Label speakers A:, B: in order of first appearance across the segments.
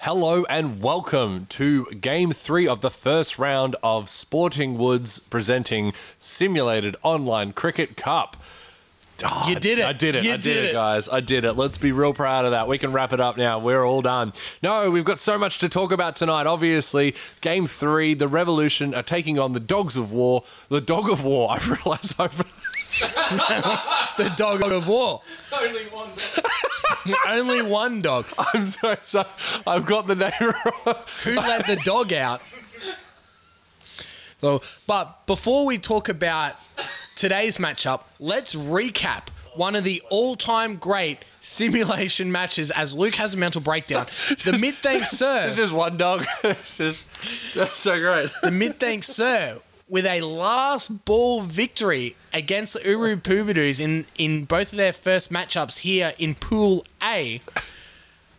A: Hello and welcome to game three of the first round of Sporting Woods presenting Simulated Online Cricket Cup. Ah,
B: You did it.
A: I did it.
B: You
A: I did,
B: did
A: it,
B: it.
A: guys. I did it. Let's be real proud of that. We can wrap it up now. We're all done. No, we've got so much to talk about tonight. Obviously, game three, the Revolution are taking on the Dogs of War. The Dog of War. I realised I
B: The dog of war.
C: Only one.
B: Only one dog.
A: I'm so sorry. I've got the name wrong.
B: Who let the dog out? So, but before we talk about today's matchup, let's recap one of the all-time great simulation matches as Luke has a mental breakdown. The mid-thank sir,
A: It's just one dog. It's just that's so great.
B: the mid-thank sir with a last ball victory against the Uru Poobadus in, in both of their first matchups here in Pool A.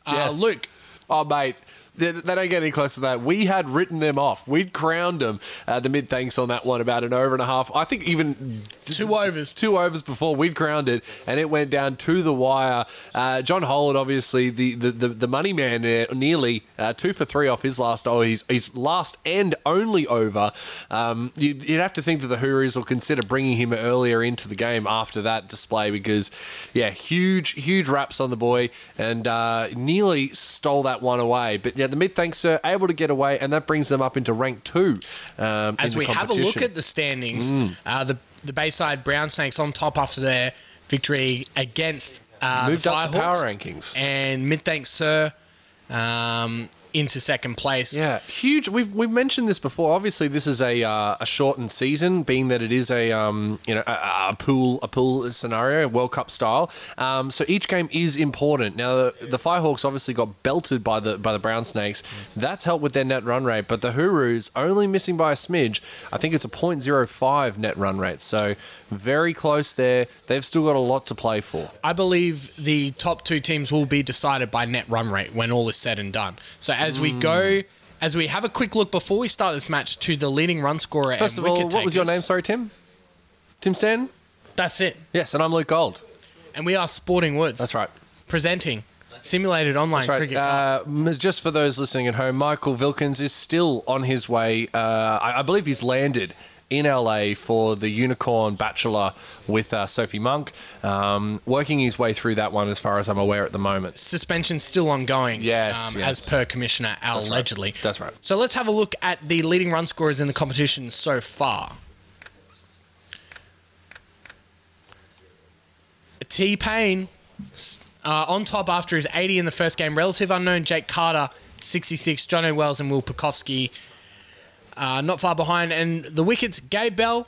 B: Uh,
A: Yes.
B: Luke,
A: Oh, mate. They they don't get any closer to that. We had written them off. We'd crowned them. Uh, the mid thanks on that one about an over and a half. I think even
B: two overs.
A: two overs before we'd crowned it, and it went down to the wire. Uh, John Holland, obviously the the, the, the money man, there, nearly uh, two for three off his last oh his, his last and only over. Um, you'd, you'd have to think that the Hurries will consider bringing him earlier into the game after that display because, yeah, huge huge raps on the boy and uh, nearly stole that one away. But yeah, the mid thanks are able to get away, and that brings them up into rank two. Um, in
B: As
A: the
B: we have a look
A: competition. Mm.
B: at the standings, uh, the the Bayside Brown Snakes on top after their victory against uh,
A: moved
B: the
A: up the power
B: Firehawks
A: rankings.
B: and Mid Thanks Sir um, into second place.
A: Yeah, huge. We've, we've mentioned this before. Obviously, this is a uh, a shortened season, being that it is a um you know a, a pool a pool scenario, World Cup style. Um, so each game is important. Now the, the Firehawks obviously got belted by the by the Brown Snakes. That's helped with their net run rate, but the Hurus only missing by a smidge. I think it's a 0.05 net run rate. So very close there. They've still got a lot to play for.
B: I believe the top two teams will be decided by net run rate when all is said and done. So as we
A: Mm.
B: go, as we have a quick look before we start this match to the leading run scorer.
A: First
B: and
A: of all,
B: wicket
A: what was your name?
B: takers.
A: Sorry, Tim. Tim Stanton.
B: That's it.
A: Yes, and I'm Luke Gold.
B: And we are Sporting Woods
A: That's right.
B: presenting simulated online
A: That's
B: cricket. Cup.
A: right. Uh, m- just for those listening at home, Michael Vilkins is still on his way. Uh, I, I believe he's landed in LA for the Unicorn Bachelor with uh, Sophie Monk, um, working his way through that one as far as I'm aware at the moment.
B: suspension still ongoing. um,
A: Yes, yes.
B: as per commissioner allegedly.
A: That's right.
B: So let's have a look at the leading run scorers in the competition so far. T Pain uh, on top after his 80 in the first game. Relative unknown Jake Carter 66, John O. Wells and Will Pekowski uh, not far behind. And the wickets Gabe Bell.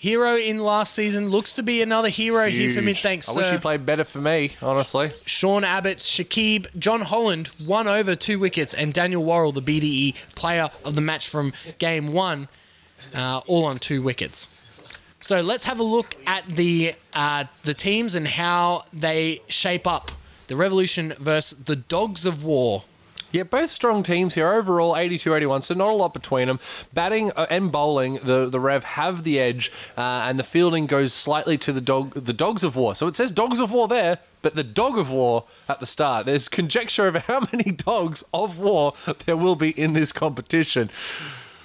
B: Hero in last season looks to be another hero here for mid.
A: Huge.
B: Thanks,
A: I wish
B: sir.
A: he played better for me, honestly.
B: Sean Abbott, Shakib, John Holland, one over, two wickets, and Daniel Worrell, the BDE player of the match from game one, uh, all on two wickets. So let's have a look at the uh, the teams and how they shape up. The Revolution versus the Dogs of War.
A: Yeah, both strong teams here. Overall, 82 81, so not a lot between them. Batting uh, and bowling, the, the Rev have the edge, uh, and the fielding goes slightly to the dog the Dogs of War. So it says Dogs of War there, but the Dog of War at the start. There's conjecture over how many dogs of war there will be in this competition.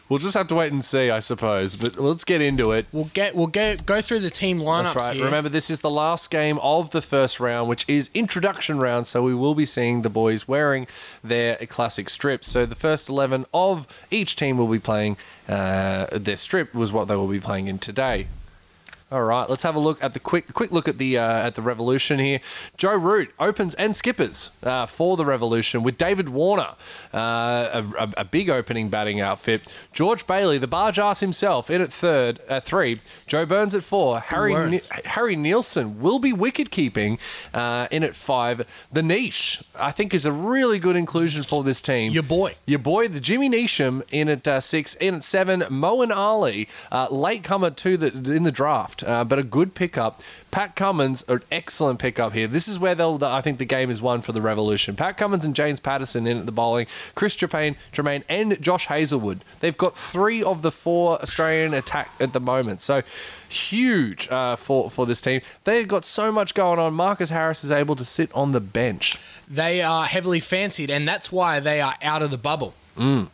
A: We'll just have to wait and see, I suppose, but let's get into it.
B: We'll get we'll go go through the team lineups
A: That's right.
B: here.
A: Remember, this is the last game of the first round, which is introduction round. So we will be seeing the boys wearing their classic strip. So the first eleven of each team will be playing uh, their strip was what they will be playing in today. All right, let's have a look at the quick quick look at the uh, at the Revolution here. Joe Root opens and skippers uh, for the Revolution with David Warner, uh, a, a, a big opening batting outfit. George Bailey, the barge ass himself, in at third at three. Joe Burns at four. Harry Ni-
B: Burns.
A: Harry Nielsen will be wicket keeping uh, in at five. The niche I think is a really good inclusion for this team.
B: Your boy.
A: Your boy, the Jimmy Neesham, in at uh, six, in at seven, Moen Ali, uh, latecomer to the in the draft. left, uh, but a good pickup. Pat Cummins, an excellent pickup here. This is where they'll, I think the game is won for the Revolution. Pat Cummins and James Patterson in at the bowling. Chris Trepane, Tremaine, and Josh Hazelwood. They've got three of the four Australian attack at the moment. So huge uh, for for this team. They've got so much going on. Marcus Harris is able to sit on the bench.
B: They are heavily fancied, and that's why they are out of the bubble.
A: And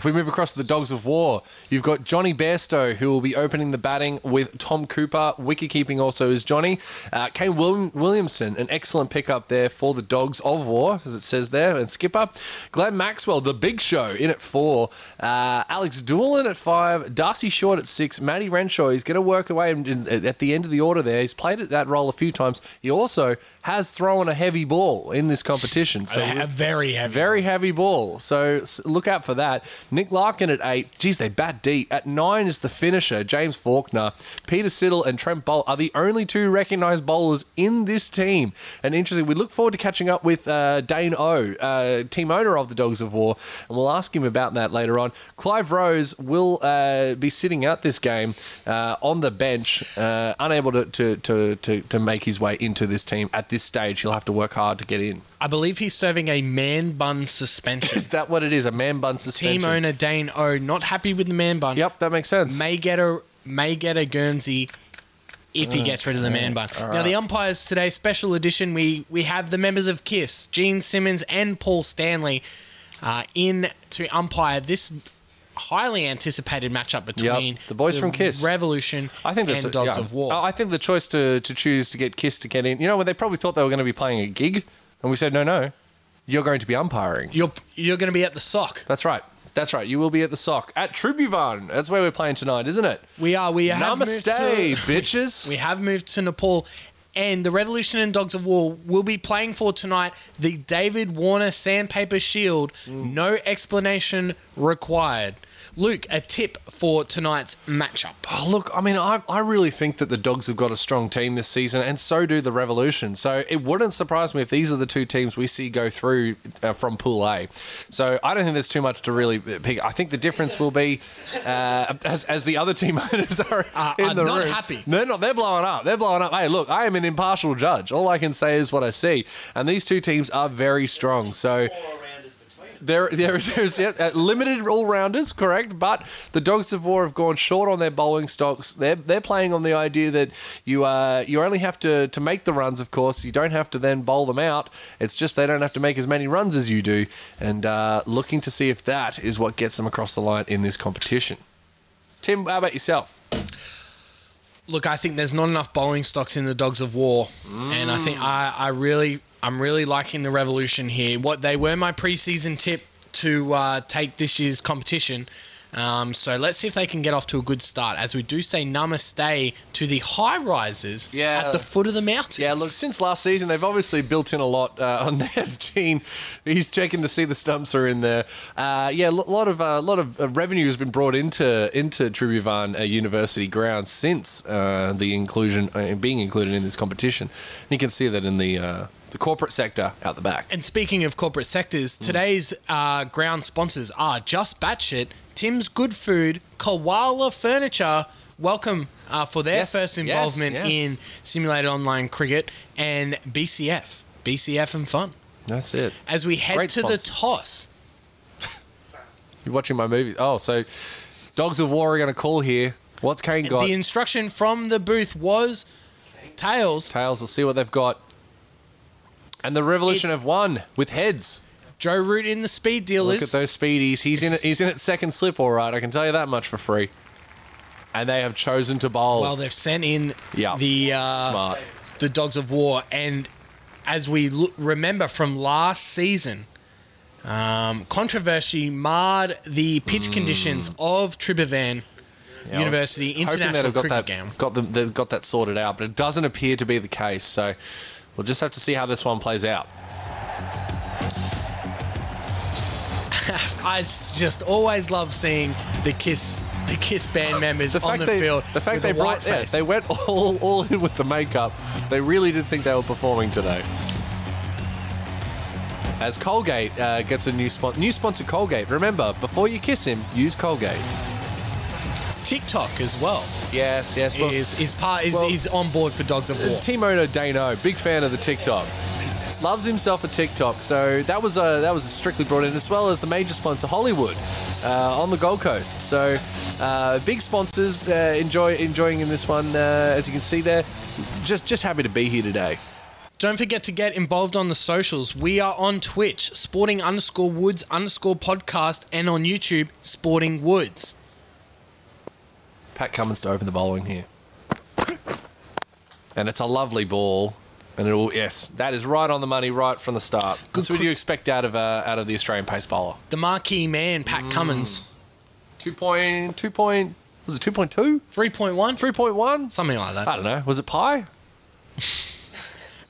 A: if we move across to the Dogs of War, you've got Johnny Bairstow, who will be opening the batting with Tom Cooper. Wicket keeping also is Johnny. Uh, Kane Wil- Williamson, an excellent pickup there for the Dogs of War, as it says there, and skipper. Glenn Maxwell, the big show, in at four. Uh, Alex Doolin at five. Darcy Short at six. Matty Renshaw, he's going to work away in- in- at the end of the order there. He's played at that role a few times. He also has thrown a heavy ball in this competition. So
B: A- a very heavy.
A: very heavy ball. So s- look out for that. Nick Larkin at eight. Geez, they bat deep. At nine is the finisher, James Faulkner. Peter Siddle and Trent Bolt are the only two recognised bowlers in this team. And interesting, we look forward to catching up with uh, Dane O, uh, team owner of the Dogs of War, and we'll ask him about that later on. Clive Rose will uh, be sitting out this game uh, on the bench, uh, unable to, to, to, to, to make his way into this team at this stage. He'll have to work hard to get in.
B: I believe he's serving a man bun suspension.
A: Is that what it is? A man bun suspension.
B: Team owner Dane O not happy with the man bun.
A: Yep, that makes sense.
B: May get a may get a Guernsey if
A: Mm,
B: he gets rid of the man bun. Now the umpires today special edition. We we have the members of Kiss, Gene Simmons and Paul Stanley, uh, in to umpire this highly anticipated matchup between
A: the boys from Kiss.
B: Revolution
A: I think that's
B: and
A: a-
B: Dogs
A: yeah.
B: of War.
A: I I think the choice to, to choose to get Kiss to get in. You know, when they probably thought they were going to be playing a gig, and we said, no, no, you're going to be umpiring.
B: you're you're going to be at the sock.
A: That's right. That's right. You will be at the sock at Tribhuvan. That's where we're playing tonight, isn't it?
B: We are. We have moved
A: Namaste,
B: to-
A: bitches.
B: We have moved to Nepal, and the Revolution and Dogs of War will be playing for tonight the David Warner Sandpaper Shield. No explanation required. Luke, a tip for tonight's matchup.
A: Oh, look, I mean, I, I really think that the Dogs have got a strong team this season, and so do the Revolution. So it wouldn't surprise me if these are the two teams we see go through uh, from Pool A. So I don't think there's too much to really pick. I think the difference will be uh, as, as the other team owners are
B: Are-
A: in
B: are
A: the
B: Uh, not
A: room.
B: happy.
A: They're not. They're blowing up. They're blowing up. Hey, look, I am an impartial judge. All I can say is what I see, and these two teams are very strong. So. There, there, there's yeah, uh, limited all rounders, correct? But the Dogs of War have gone short on their bowling stocks. They're they're playing on the idea that you uh you only have to to make the runs. Of course, you don't have to then bowl them out. It's just they don't have to make as many runs as you do. And uh, looking to see if that is what gets them across the line in this competition. Tim, how about yourself?
B: Look, I think there's not enough bowling stocks in the Dogs of War, and I think I, I really, I'm really liking the Revolution here. What they were my preseason tip to uh, take this year's competition. Um, so let's see if they can get off to a good start. As we do say, namaste to the high rises
A: Yeah.
B: at the foot of the mountains.
A: Yeah, look, since last season, they've obviously built in a lot uh, on theirs. Gene, he's checking to see the stumps are in there. Uh, yeah, a lot of uh, lot of uh, revenue has been brought into into Tribhuvan uh, University grounds since uh, the inclusion uh, being included in this competition. And you can see that in the uh, the corporate sector out the back.
B: And speaking of corporate sectors,
A: Hmm.
B: today's uh, ground sponsors are Just Batshit, Tim's Good Food, Koala Furniture. Welcome uh, for their
A: Yes, yes,
B: first involvement
A: yes.
B: in simulated online cricket and BCF, BCF and fun.
A: That's it.
B: As we head
A: Great
B: to the
A: sponsors.
B: toss,
A: You're watching my movies. Oh, so Dogs of War are going to call here. What's Kane got?
B: the instruction from the booth was tails.
A: Tails. We'll see what they've got. And the Revolution
B: It's-
A: have won with heads.
B: Joe Root in the speed
A: Look at
B: dealers.
A: those speedies. He's in. He's in at second slip. All right, I can tell you that much for free. And they have chosen to bowl.
B: Well, they've sent in
A: Yeah.
B: the uh,
A: Smart.
B: the Dogs of War, and as we l- remember from last season, um, controversy marred the pitch conditions
A: Mm.
B: of Tribhuvan
A: Yeah, I was
B: University
A: hoping they'd
B: International
A: have got that,
B: Cricket Game.
A: Got them. They've got that sorted out, but it doesn't appear to be the case. So we'll just have to see how this one plays out.
B: I s- just always love seeing the Kiss the Kiss band members
A: The fact
B: on the
A: they,
B: field.
A: the fact
B: with
A: they
B: a
A: brought,
B: white
A: yeah,
B: face.
A: they went all all in with the makeup. They really did think they were performing today. As Colgate uh, gets a new sponsor, new sponsor Colgate. Remember, before you kiss him, use Colgate.
B: TikTok as well
A: Yes, yes. Well,
B: is is part is,
A: well-
B: is on board for Dogs of War.
A: Timono Dano, big fan of the TikTok. Loves himself a TikTok, so that was a that was a strictly brought in as well as the major sponsor Hollywood uh, on the Gold Coast. So uh, big sponsors uh, enjoy enjoying in this one uh, as you can see there. Just just happy to be here today.
B: Don't forget to get involved on the socials. We are on Twitch, sporting underscore woods underscore podcast, and on YouTube, sporting woods.
A: Pat Cummins to open the bowling here, and it's a lovely ball. And it will yes, that is right on the money right from the start. That's what
B: qu-
A: you expect out of uh, out of the Australian pace bowler.
B: The marquee man,
A: Mm.
B: Pat Cummins.
A: Two point two point was it two point two?
B: 3.1,
A: Three point one?
B: something like that.
A: I don't know. Was it pie?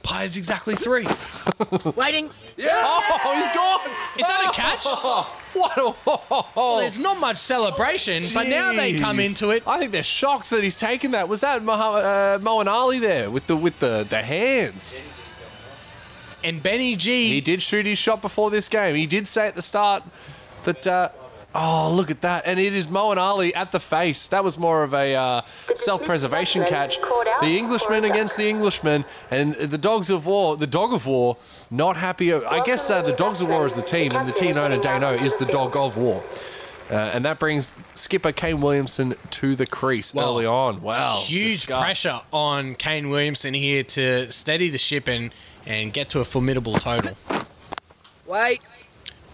B: Pi is exactly three. Is
C: Waiting.
A: Oh, he's gone!
B: that a catch?
A: What a!
B: Well, there's not much celebration, but now they come
A: Jeez.
B: into it.
A: I think they're shocked that he's taken that. Was that Moha- uh, Moen Ali there with the with the, the hands?
B: And Benny
A: He
B: G,
A: did shoot his shot before this game. He did say at the start that. Uh, oh, look at that! And it is Moen Ali at the face. That was more of a uh, self-preservation catch. The Englishman against the Englishman, and the dogs of war. The dog of war. Not happy. I guess uh, the dogs of war is the team, and the team owner Dano is the dog of war. Uh, and that brings skipper Kane Williamson to the crease
B: Wow.
A: early on. Wow, the
B: huge
A: scar.
B: pressure on Kane Williamson here to steady the ship and, and get to a formidable total.
C: Wait.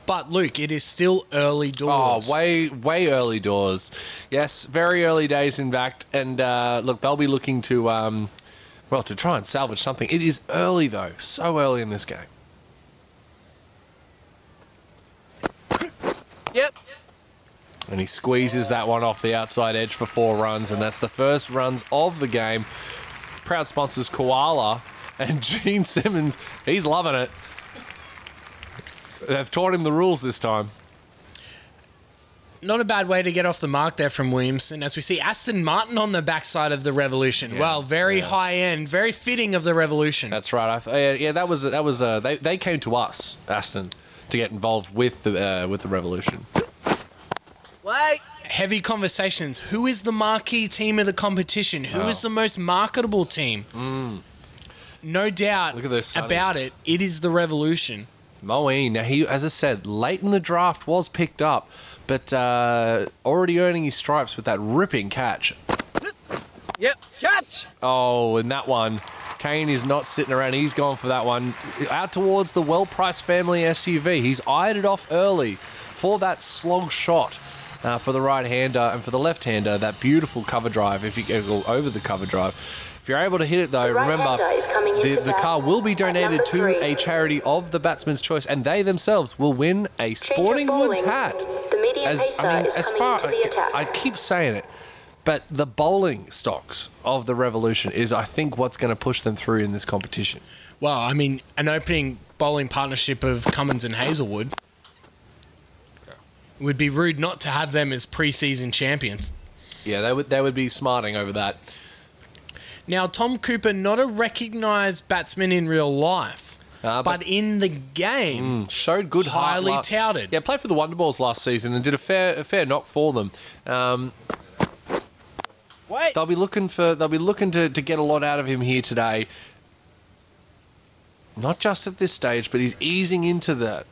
B: But Luke, it is still early
A: Oh,
B: doors.
A: way, way early doors. Yes, very early days, in fact. And uh, look, they'll be looking to, um, well, to try and salvage something. It is early, though. So early in this game.
C: Yep.
A: And he squeezes that one off the outside edge for four runs. And that's the first runs of the game. Proud sponsors Koala and Gene Simmons. He's loving it. They've taught him the rules this time.
B: Not a bad way to get off the mark there from Williamson, as we see Aston Martin on the backside of the Revolution.
A: Yeah,
B: well, very
A: yeah.
B: high end, very fitting of the Revolution.
A: That's right. I th- yeah, yeah, that was that was uh, they they came to us, Aston, to get involved with the uh, with the revolution.
C: Wait.
B: Heavy conversations. Who is the marquee team of the competition? Who is
A: Wow. Mm.
B: the most marketable team? No doubt
A: Look at those sunnies.
B: about it. It is the Revolution.
A: Moeen. Now he, as I said, late in the draft was picked up, but uh, already earning his stripes with that ripping catch.
C: Yep. Catch.
A: Oh, and that one, Kane is not sitting around. He's gone for that one out towards the well-priced family SUV. He's eyed it off early for that slog shot. Uh, for the right-hander and for the left-hander, that beautiful cover drive. If you go over the cover drive, if you're able to hit it though,
D: The
A: remember
D: right-hander is coming into
A: the, the
D: bat
A: car will be
D: at number
A: donated to
D: three.
A: a charity of the Batsman's Choice, and they themselves will win a Sporting Woods hat.
D: The medium
A: As
D: pacer
A: I mean,
D: is
A: as
D: coming
A: far
D: into the attack.
A: I keep saying it, but the bowling stocks of the Revolution is, I think, what's going to push them through in this competition.
B: Well, I mean, an opening bowling partnership of Cummins and Hazelwood It would be rude not to have them as preseason champions.
A: Yeah, they would they would be smarting over that.
B: Now, Tom Cooper, not a recognised batsman in real life,
A: Uh,
B: but,
A: but,
B: in the game,
A: showed good heart
B: highly
A: la-
B: touted.
A: Yeah, played for the Wonderballs last season and did a fair a fair knock for them. Um,
C: Wait.
A: they'll be looking for they'll be looking to, to get a lot out of him here today. Not just at this stage, but he's easing into that.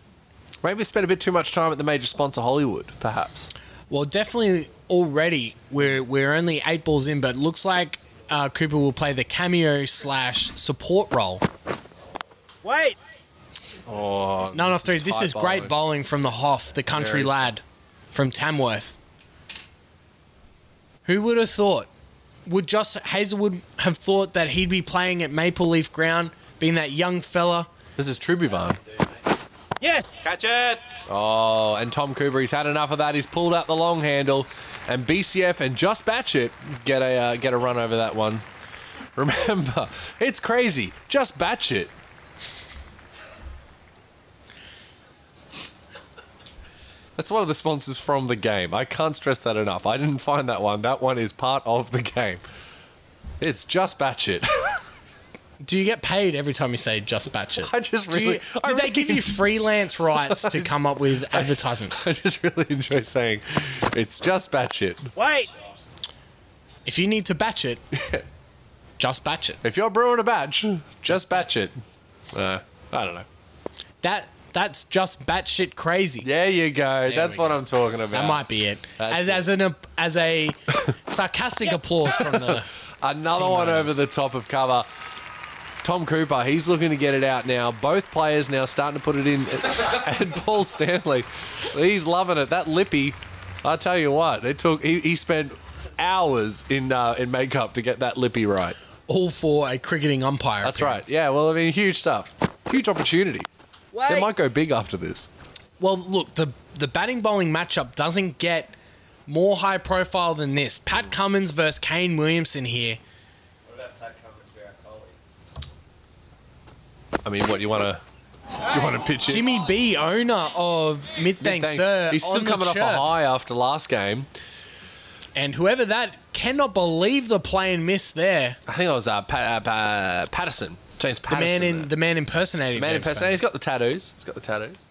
A: Maybe spent a bit too much time at the major sponsor Hollywood, perhaps.
B: well, definitely already we're we're only eight balls in, but looks like uh, Cooper will play the cameo slash support role.
C: Wait.
A: Oh,
B: None off three. This is great bowling from the Hoff, the country
A: Very-
B: lad from Tamworth. Who would have thought? Would Joss Hazelwood have thought that he'd be playing at Maple Leaf Ground, being that young fella?
A: This is Tribhuvan.
C: Yes. Catch it.
A: Oh, and Tom Cooper, he's had enough of that. He's pulled out the long handle, and BCF and Just Batch It get a uh, get a run over that one. Remember, it's crazy. Just Batch It. That's one of the sponsors from the game. I can't stress that enough. I didn't find that one. That one is part of the game. It's Just Batch It.
B: Do you get paid every time you say just batch it?
A: I just
B: Do you-
A: really.
B: did
A: I
B: they
A: really
B: give you freelance rights to come up with advertisement?
A: I just really enjoy saying it's Just Batch It.
C: Wait.
B: If you need to batch it, just batch it.
A: If you're brewing a batch, just batch it. Uh, I don't know.
B: That that's just batshit crazy.
A: There you go. That's
B: we
A: what I'm talking about.
B: That might be it.
A: That's
B: as as an ap- as a sarcastic applause from the
A: Another
B: Team
A: one
B: bonus.
A: over the top of cover. Tom Cooper, he's looking to get it out now. Both players now starting to put it in. and Paul Stanley, he's loving it. That lippy, I tell you what, it took. He, he spent hours in uh, in makeup to get that lippy right.
B: all for a cricketing umpire.
A: That's
B: appearance.
A: right. Yeah. Well, I mean, huge stuff. Huge opportunity. They
C: Wait.
A: might go big after this.
B: Well, look, the the batting bowling matchup doesn't get more high profile than this.
A: Mm.
B: Pat Cummins versus Kane Williamson here.
A: I mean, what you want to? You want to pitch in?
B: Jimmy B, owner of Mid Thanks
A: Thanks.
B: Sir,
A: He's still
B: on the
A: coming off a
B: chirp.
A: high after last game.
B: and whoever that cannot believe the play and miss there.
A: I think it was uh, Pat, uh, Pa- Patterson, James
B: The
A: Patterson.
B: man
A: there.
B: in the man impersonating.
A: The man in
B: James
A: person. He's got the tattoos. He's got the tattoos.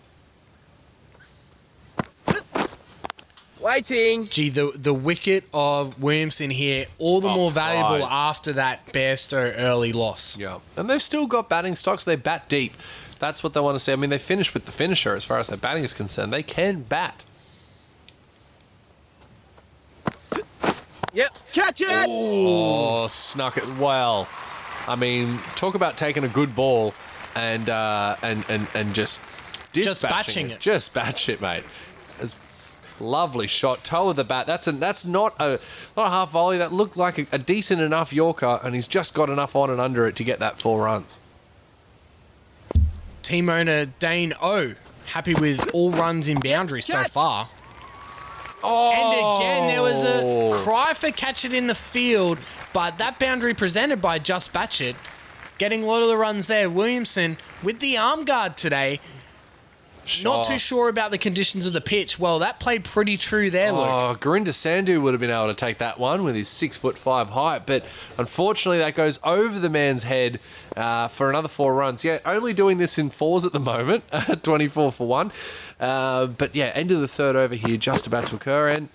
C: Waiting.
B: Gee, the the wicket of Williamson here, all the
A: Oh,
B: more valuable
A: Christ.
B: after that Bairstow early loss.
A: Yeah. And they've still got batting stocks. They bat deep. That's what they want to see. I mean, they finish with the finisher as far as their batting is concerned. They can bat.
C: Yep. Catch it.
A: Oh, snuck it well. I mean, talk about taking a good ball and uh, and, and and just
B: Just
A: dispatching
B: batching it.
A: Just batch it, mate. It's lovely shot, toe of the bat. That's a, that's not a not a half volley. That looked like a, a decent enough Yorker, and he's just got enough on and under it to get that four runs.
B: Team owner Dane O, happy with all runs in boundaries so
C: Yes.
B: far.
A: Oh,
B: And again, there was a cry for catch it in the field, but that boundary presented by Just Batchett, getting a lot of the runs there. Williamson with the arm guard today,
A: Oh,
B: not too sure about the conditions of the pitch. Well, that played pretty true there, Luke.
A: Oh, Gurinder Sandhu would have been able to take that one with his six foot five height, but unfortunately that goes over the man's head uh, for another four runs. Yeah, only doing this in fours at the moment, 24 for one. Uh, but yeah, end of the third over here, just about to occur, and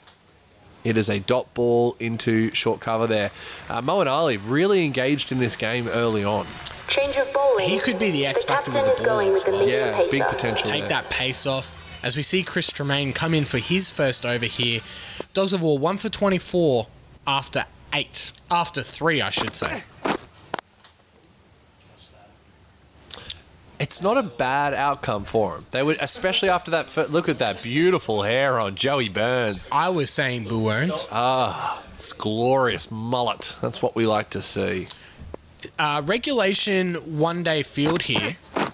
A: it is a dot ball into short cover there. Uh, Moen Ali really engaged in this game early on.
D: Change of bowling.
B: He could be the X factor with
D: captain
B: the
D: is
B: ball
D: going
B: as
D: with the
B: well.
D: medium
A: Yeah,
D: pacer.
A: big potential.
B: Take
A: there.
B: that pace off. As we see Chris Tremaine come in for his first over here. Dogs of War, one for 24 after eight. After three, I should say.
A: It's not a bad outcome for him. They would, especially after that. fir- Look at that beautiful hair on Joey Burns.
B: I was saying Boo Owens.
A: It's Ah, glorious mullet. That's what we like to see.
B: Uh, regulation one day field here.
A: Oh,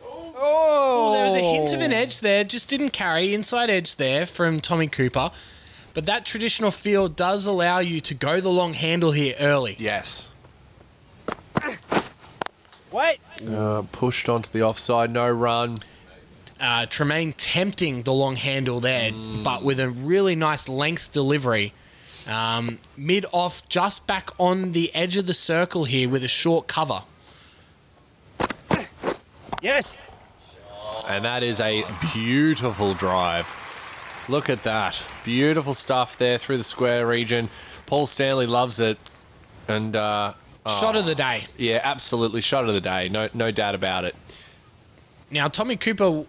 B: Well, Oh, there was a hint of an edge there, just didn't carry inside edge there from Tommy Cooper. But that traditional field does allow you to go the long handle here early.
A: Yes.
C: Wait.
A: Uh, pushed onto the offside, no run.
B: Uh, Tremaine tempting the long handle there, but with a really nice length delivery. Um, Mid off, just back on the edge of the circle here with a short cover.
C: Yes.
A: And that is a beautiful drive. Look at that. Beautiful stuff there through the square region. Paul Stanley loves it. And uh,
B: Shot of the day.
A: yeah, absolutely shot of the day. No, no doubt about it.
B: Now, Tommy Cooper,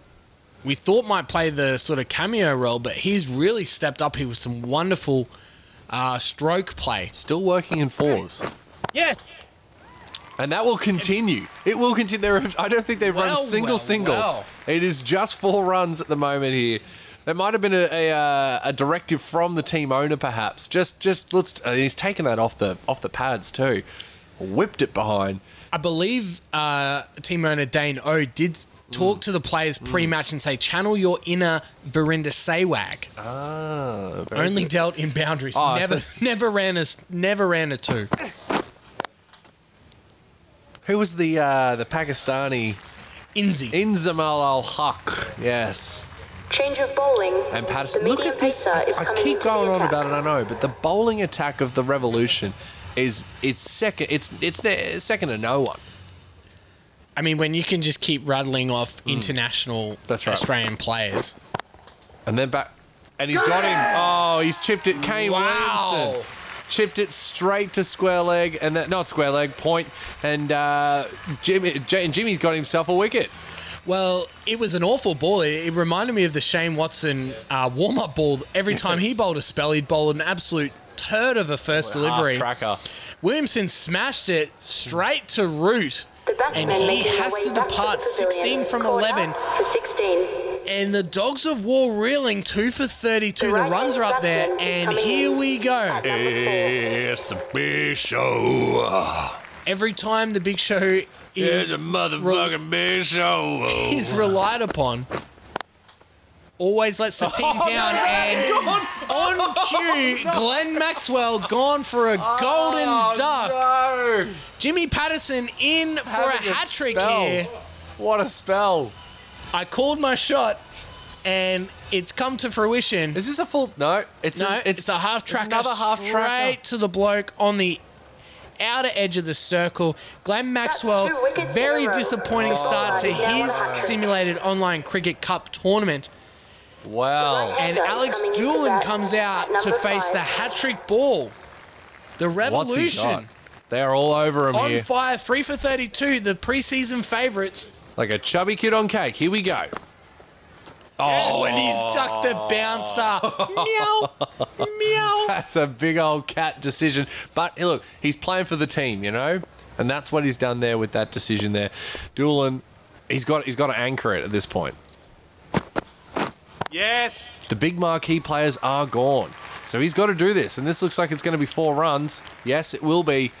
B: we thought might play the sort of cameo role, but he's really stepped up here with some wonderful uh, stroke play.
A: Still working in fours.
C: Yes.
A: And that will continue. It will continue. There, I don't think they've run a
B: Well,
A: single
B: well,
A: single.
B: well.
A: It is just four runs at the moment here. There might have been a, a, uh, a directive from the team owner, perhaps. Just, just let's. Uh, he's taken that off the off the pads too. Whipped it behind.
B: I believe uh, team owner Dane O did talk to the players pre-match and say, "Channel your inner Verinder Sehwag.
A: Ah, very
B: Only
A: good.
B: dealt in boundaries.
A: Oh, I
B: never, never ran a, s- never ran a two.
A: Who was the uh, the Pakistani
B: Inzi.
A: Inzamal Al Haq? Yes,
D: Change of bowling.
A: and Patterson.
D: The
A: Look
D: medium
A: at this.
D: pacer
A: I,
D: is
A: I
D: coming
A: keep
D: to the
A: going on
D: attack.
A: about it. I know, but the bowling attack of the Revolution is it's second. It's it's ne- second to no one.
B: I mean, when you can just keep rattling off international
A: Hmm. That's right.
B: Australian players.
A: And then back. And he's got him. Oh, he's chipped it. Kane
B: Wow.
A: Williamson. chipped it straight to square leg, and that, not square leg, point, and uh, Jimmy, J- and Jimmy's got himself a wicket.
B: Well, it was an awful ball. It it reminded me of the Shane Watson uh, warm up ball. Every time he
A: Yes.
B: bowled a spell, he'd bowl an absolute turd of a first delivery.
A: Half Ah, tracker.
B: Williamson smashed it straight to root.
D: The batsman
B: And he
D: making their
B: has
D: way
B: to
D: back
B: depart
D: the
B: 16
D: pavilion.
B: from
D: Caught
B: 11.
D: up For 16.
B: And the Dogs of War reeling two for 32. The,
D: right-hand
B: runs are up there.
D: batsman
B: And
D: coming
B: here
D: in
B: we go.
D: at number four.
A: It's the big show.
B: Every time the big show is, motherfucking
A: big show.
B: is relied upon, always lets the
A: Oh
B: team down. and on cue, Glenn Maxwell gone for a
A: Oh,
B: golden duck. Jimmy Patterson in for
A: Having
B: a
A: a
B: hat trick
A: spell.
B: here.
A: What a spell.
B: I called my shot, and it's come to fruition.
A: Is this a full? No, it's
B: no,
A: a,
B: it's, a half tracker.
A: Another half
B: straight
A: tracker.
B: to the bloke on the outer edge of the circle. Glenn Maxwell,
D: two wickets in a
B: very
D: row.
B: disappointing
D: Oh,
B: start to
D: he's now
B: his
D: on a hat trick.
B: simulated online cricket cup tournament.
A: Wow.
D: Right
B: And
D: Okay,
B: Alex
D: coming into
B: Doolan
D: bat
B: comes out
D: at
B: to
D: number
B: face
D: five.
B: the hat trick ball. The
A: What's he got?
B: revolution
A: They are all over him
B: on
A: here.
B: fire, three for 32, the preseason favourites.
A: Like a chubby kid on cake. Here we go.
B: Oh, and he's ducked the bouncer. meow, meow.
A: That's a big old cat decision. But hey, look, he's playing for the team, you know, and that's what he's done there with that decision there. Doolan, he's got he's got to anchor it at this point.
C: Yes.
A: The big marquee players are gone, so he's got to do this. And this looks like it's going to be four runs. Yes, it will be.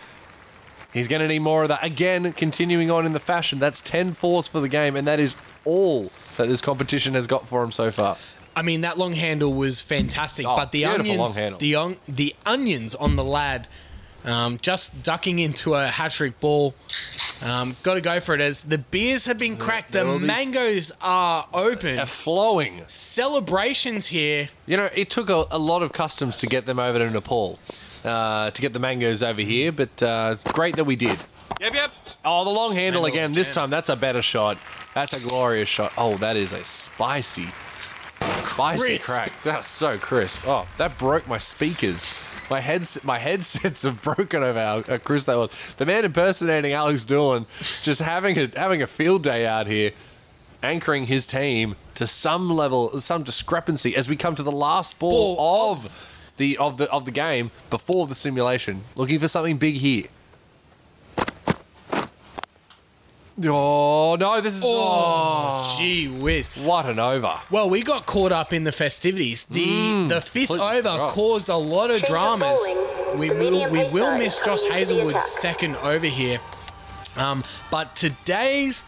A: He's going to need more of that. Again, continuing on in the fashion, that's 10 fours for the game, and that is all that this competition has got for him so far.
B: I mean, that long handle was fantastic,
A: Oh,
B: but the
A: beautiful
B: onions,
A: long handle.
B: the on, the onions on the lad, um, just ducking into a hat trick ball. Um, Got to go for it as the beers have been cracked,
A: there
B: the
A: will be-
B: mangoes are open.
A: They're flowing.
B: Celebrations here.
A: You know, it took a, a lot of customs to get them over to Nepal, uh, to get the mangoes over here, but uh, great that we did.
C: Yep, yep.
A: Oh, the long handle
B: Handle
A: again. This
B: again.
A: time, that's a better shot. That's a glorious shot. Oh, that is a spicy, spicy
B: Crisp.
A: crack. That's so crisp. Oh, that broke my speakers. My heads, my headsets have broken over how how crisp that was. The man impersonating Alex Doolan, just having a having a field day out here, anchoring his team to some level, some discrepancy as we come to the last ball,
B: Ball
A: of, the of the of the game before the simulation. Looking for something big here. Oh no! This is
B: Oh, gee whiz.
A: what an over.
B: Well, we got caught up in the festivities. The the fifth
A: completely
B: over
A: forgot.
B: caused a lot of
D: Change of
B: dramas.
D: bowling.
B: We
D: The
B: will
D: medium
B: we
D: pace
B: will
D: side
B: miss
D: coming
B: Josh
D: into the
B: Hazelwood's
D: attack.
B: second over here. Um, but today's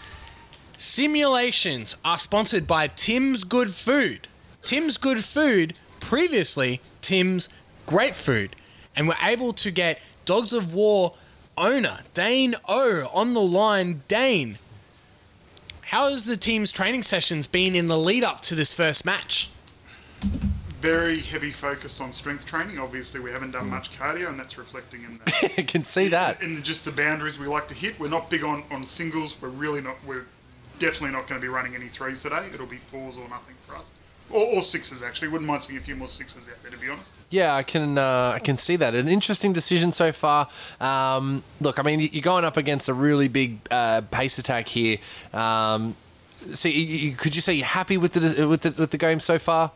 B: simulations are sponsored by Tim's Good Food. Tim's Good Food, previously Tim's Great Food, and we're able to get Dogs of War owner Dane O on the line. Dane, how has the team's training sessions been in the lead up to this first match?
E: very heavy focus on strength training. Obviously, we haven't done much cardio, and that's reflecting in the,
A: I can see Hmm. that.
E: in the, just the boundaries we like to hit. We're not big on, on singles. We're really not. We're definitely not going to be running any threes today. It'll be fours or nothing for us, or, or sixes actually. Wouldn't mind seeing a few more sixes out there, to be honest.
A: Yeah, I can. Uh, I can see that. An interesting decision so far. Um, look, I mean, y- you're going up against a really big uh, pace attack here. Um, so, you, you, could you say you're happy with the with the with the game so far?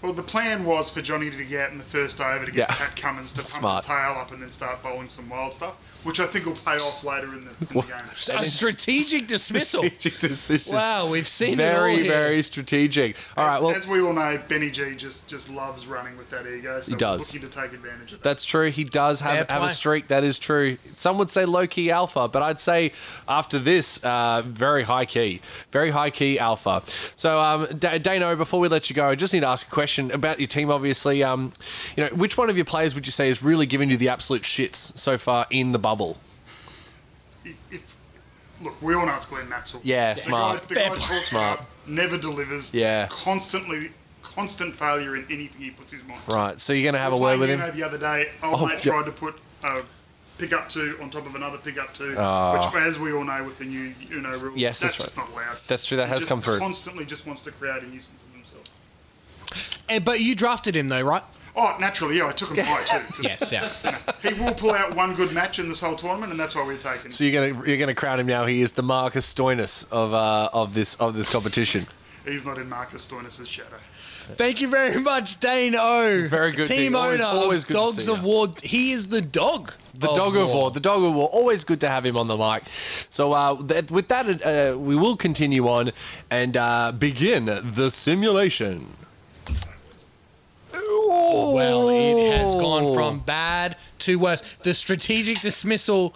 E: Well, the plan was for Johnny to get out in the first over to get
A: Yeah.
E: Pat Cummins to
A: Smart.
E: pump his tail up and then start bowling some wild stuff, which I think will pay off later in the, in the game.
B: A strategic dismissal.
A: Strategic decision.
B: Wow, we've seen
A: very
B: it all here.
A: very strategic. All right.
E: as,
A: Well,
E: as we all know, Benny G just, just loves running with that ego. So
A: He
E: we're
A: does.
E: Looking to take advantage of that.
A: That's true. He does have,
B: Fair
A: have a
B: play.
A: streak. That is true. Some would say low key alpha, but I'd say after this, uh, very high key, very high key alpha. So, um, D- Dano, before we let you go, I just need to ask a question about your team. Obviously, um, you know, which one of your players would you say has really given you the absolute shits so far in the bubble?
E: If, if, look, we all know it's Glenn Maxwell.
A: Yeah,
E: The
A: smart.
E: Guy, the
B: Fair
E: guy
B: play.
E: talks
A: Smart.
E: up, never delivers.
A: Yeah.
E: Constantly, constant failure in anything he puts his mind to.
A: Right. So you're going to have
E: We
A: a
E: were
A: word with him.
E: playing Uno The other day, old
A: Oh,
E: mate
A: yeah.
E: tried to put a pick up two on top of another pick up two, which, as we all know, with the new Uno rules,
A: Ah. Yes,
E: that's,
A: that's
E: just not allowed.
A: That's true. That
E: He
A: has
E: just
A: come through.
E: Constantly, just wants to create a nuisance of himself.
B: Eh, But you drafted him though, right?
E: Oh, naturally, yeah, I took him high too.
B: Yes,
E: 'cause
B: yeah.
E: He will pull out one good match in this whole tournament, and that's why we're taking.
A: So you're gonna you're gonna crown him now. He is the Marcus Stoinis of uh, of this of this competition.
E: He's not in Marcus Stoinis' shadow.
B: Thank you very much, Dane O.
A: Very good,
B: team
A: Dean. Always-
B: owner
A: always
B: of
A: good to
B: Dogs
A: see
B: of
A: you.
B: War. He is the dog.
A: The dog of war. The dog of war. Always good to have him on the mic. So uh, that, with that, uh, we will continue on and uh, begin the simulation.
B: Well, it has gone from bad to worse. The strategic dismissal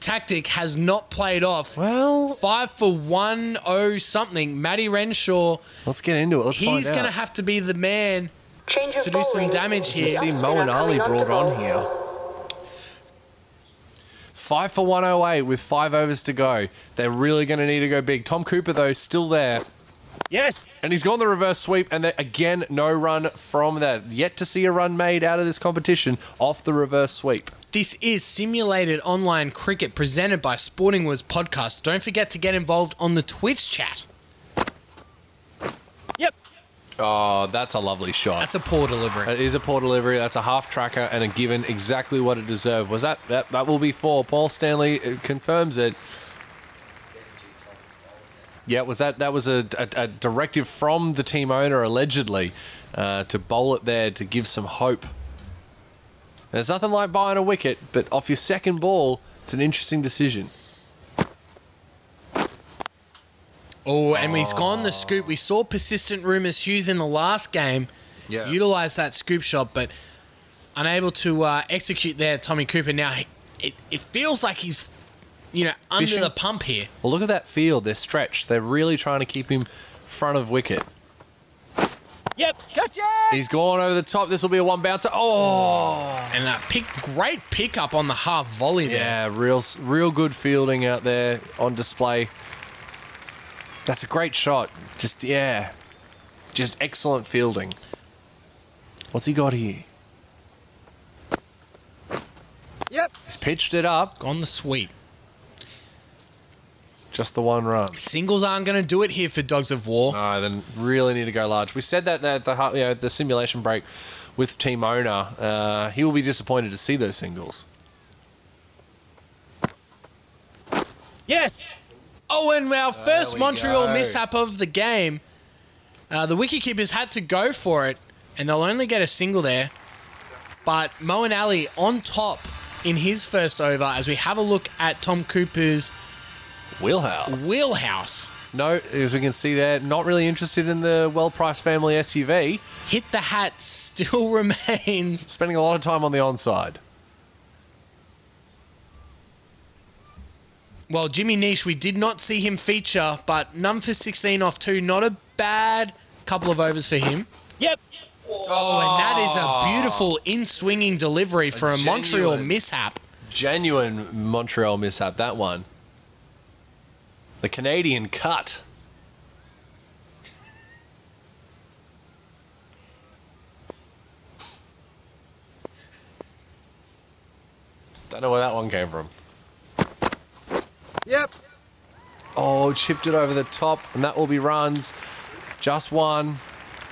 B: tactic has not played off.
A: Well-
B: five for one oh something. Matty Renshaw.
A: Let's get into it. Let's find
B: he's
A: out.
B: gonna have to be the man.
D: Change of
B: To do
D: bowling.
B: some damage
D: The
B: here.
A: see
D: upspinner
A: Mo and Ali
D: coming up
A: brought
D: to bowl.
A: on here. Five for 108 with five overs to go. They're really going to need to go big. Tom Cooper, though, still there.
C: Yes.
A: And he's gone the reverse sweep, and there- again, no run from that. Yet to see a run made out of this competition off the reverse sweep.
B: This is simulated online cricket presented by Sporting Woods Podcast. Don't forget to get involved on the Twitch chat.
C: Yep.
A: Oh, that's a lovely shot.
B: That's a poor delivery.
A: That Uh, is a poor delivery. That's a half tracker and a given exactly what it deserved. Was that that, that will be four? Paul Stanley uh, confirms it. Yeah, was that that was a, a, a directive from the team owner allegedly uh, to bowl it there to give some hope. There's nothing like buying a wicket, but off your second ball, it's an interesting decision.
B: Oh, and he's gone the scoop. We saw persistent rumours Hughes in the last game
A: Yeah.
B: utilise that scoop shot, but unable to uh, execute there. Tommy Cooper now he- it, it feels like he's you know under
A: Fishing?
B: the pump here.
A: Well, look at that field. They're stretched. They're really trying to keep him front of wicket.
C: Yep. Gotcha.
A: He's gone over the top. This will be a one bouncer. Oh.
B: And that pick, great pickup on the half volley there.
A: Yeah, real real good fielding out there on display. That's a great shot. Just yeah. Just excellent fielding. What's he got here?
C: Yep.
A: He's pitched it up.
B: Gone the sweep.
A: Just the one run.
B: Singles aren't going to do it here for Dogs of War.
A: No, then really need to go large. We said that at the hu- you know, the simulation break with team owner. Uh, he will be disappointed to see those singles.
C: Yes.
B: Oh, and our first
A: we
B: Montreal
A: go.
B: mishap of the game. Uh, the wicketkeepers had to go for it, and they'll only get a single there. But Moen Ali on top in his first over as we have a look at Tom Cooper's
A: Wheelhouse.
B: wheelhouse.
A: no, as we can see there, not really interested in the well-priced family SUV.
B: Hit the hat still remains.
A: Spending a lot of time on the onside.
B: Well, Jimmy Nish, we did not see him feature, but none for 16 off two. Not a bad couple of overs for him.
C: Yep.
B: Oh, and that is a beautiful in swinging delivery for a Montreal
A: genuine-
B: mishap.
A: genuine Montreal mishap, that one. The Canadian cut. Don't know where that one came from.
C: Yep.
A: Oh, chipped it over the top, and that will be runs. Just one.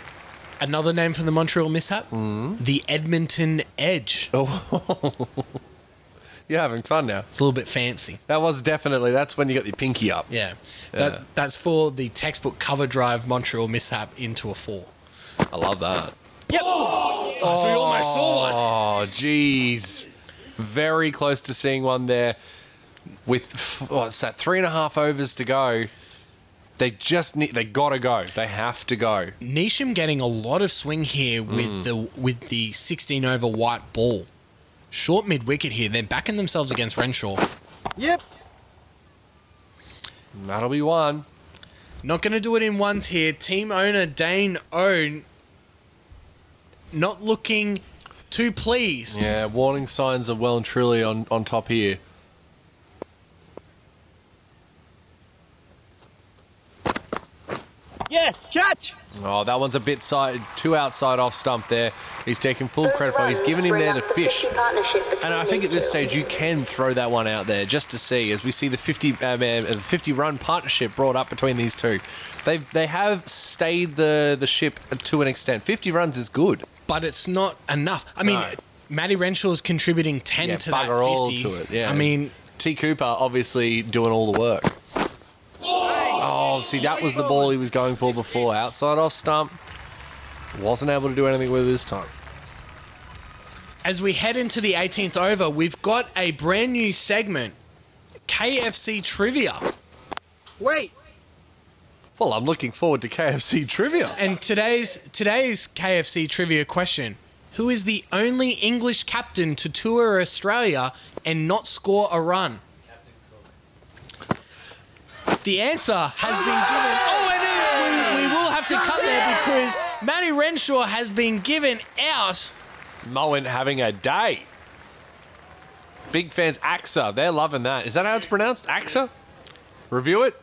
B: Another name for the Montreal mishap? The Edmonton Edge.
A: Oh. You're having fun now.
B: It's a little bit fancy.
A: That was definitely, that's when you got your pinky up.
B: Yeah.
A: Yeah.
B: That, that's for the textbook cover drive Montreal mishap into a four.
A: I love that.
C: Yep.
B: Oh, we almost saw one.
A: Oh, jeez. Very close to seeing one there with, f- what's that, three and a half overs to go. They just need, they gotta go. They have to go.
B: Nisham getting a lot of swing here with the with the 16 over white ball. Short mid wicket here. They're backing themselves against Renshaw.
C: Yep.
A: And That'll be one.
B: Not going to do it in ones here. Team owner Dane Own not looking too pleased.
A: Yeah, warning signs are well and truly on, on top here.
C: Yes. Catch.
A: Oh, that one's a bit side, two outside off stump there. He's taking full
D: Those
A: credit for it. He's
D: runs
A: giving him
D: bring
A: there to
D: up the
A: fish.
D: 50 partnership between
A: And I think
D: these
A: at this
D: two.
A: stage you can throw that one out there just to see, as we see the fifty uh, man, uh, the fifty run partnership brought up between these two. They they have stayed the the ship to an extent. Fifty runs is good.
B: but it's not enough. I mean,
A: No.
B: Matty Renshaw is contributing ten
A: Yeah,
B: to that
A: bugger all
B: fifty.
A: to it, yeah.
B: I mean,
A: T. Cooper obviously doing all the work. Oh, see, that was the ball he was going for before. Outside off stump. Wasn't able to do anything with it this time.
B: as we head into the 18th over, we've got a brand new segment, KFC trivia,
C: Wait.
A: Well, I'm looking forward to KFC trivia.
B: and today's today's KFC trivia question: Who is the only English captain to tour Australia and not score a run? The answer has been given. Oh, and uh, we, we will have to cut there because Matty Renshaw has been given out.
A: Moen having a day. Big fans, AXA. They're loving that. Is that how it's pronounced? AXA? Review it?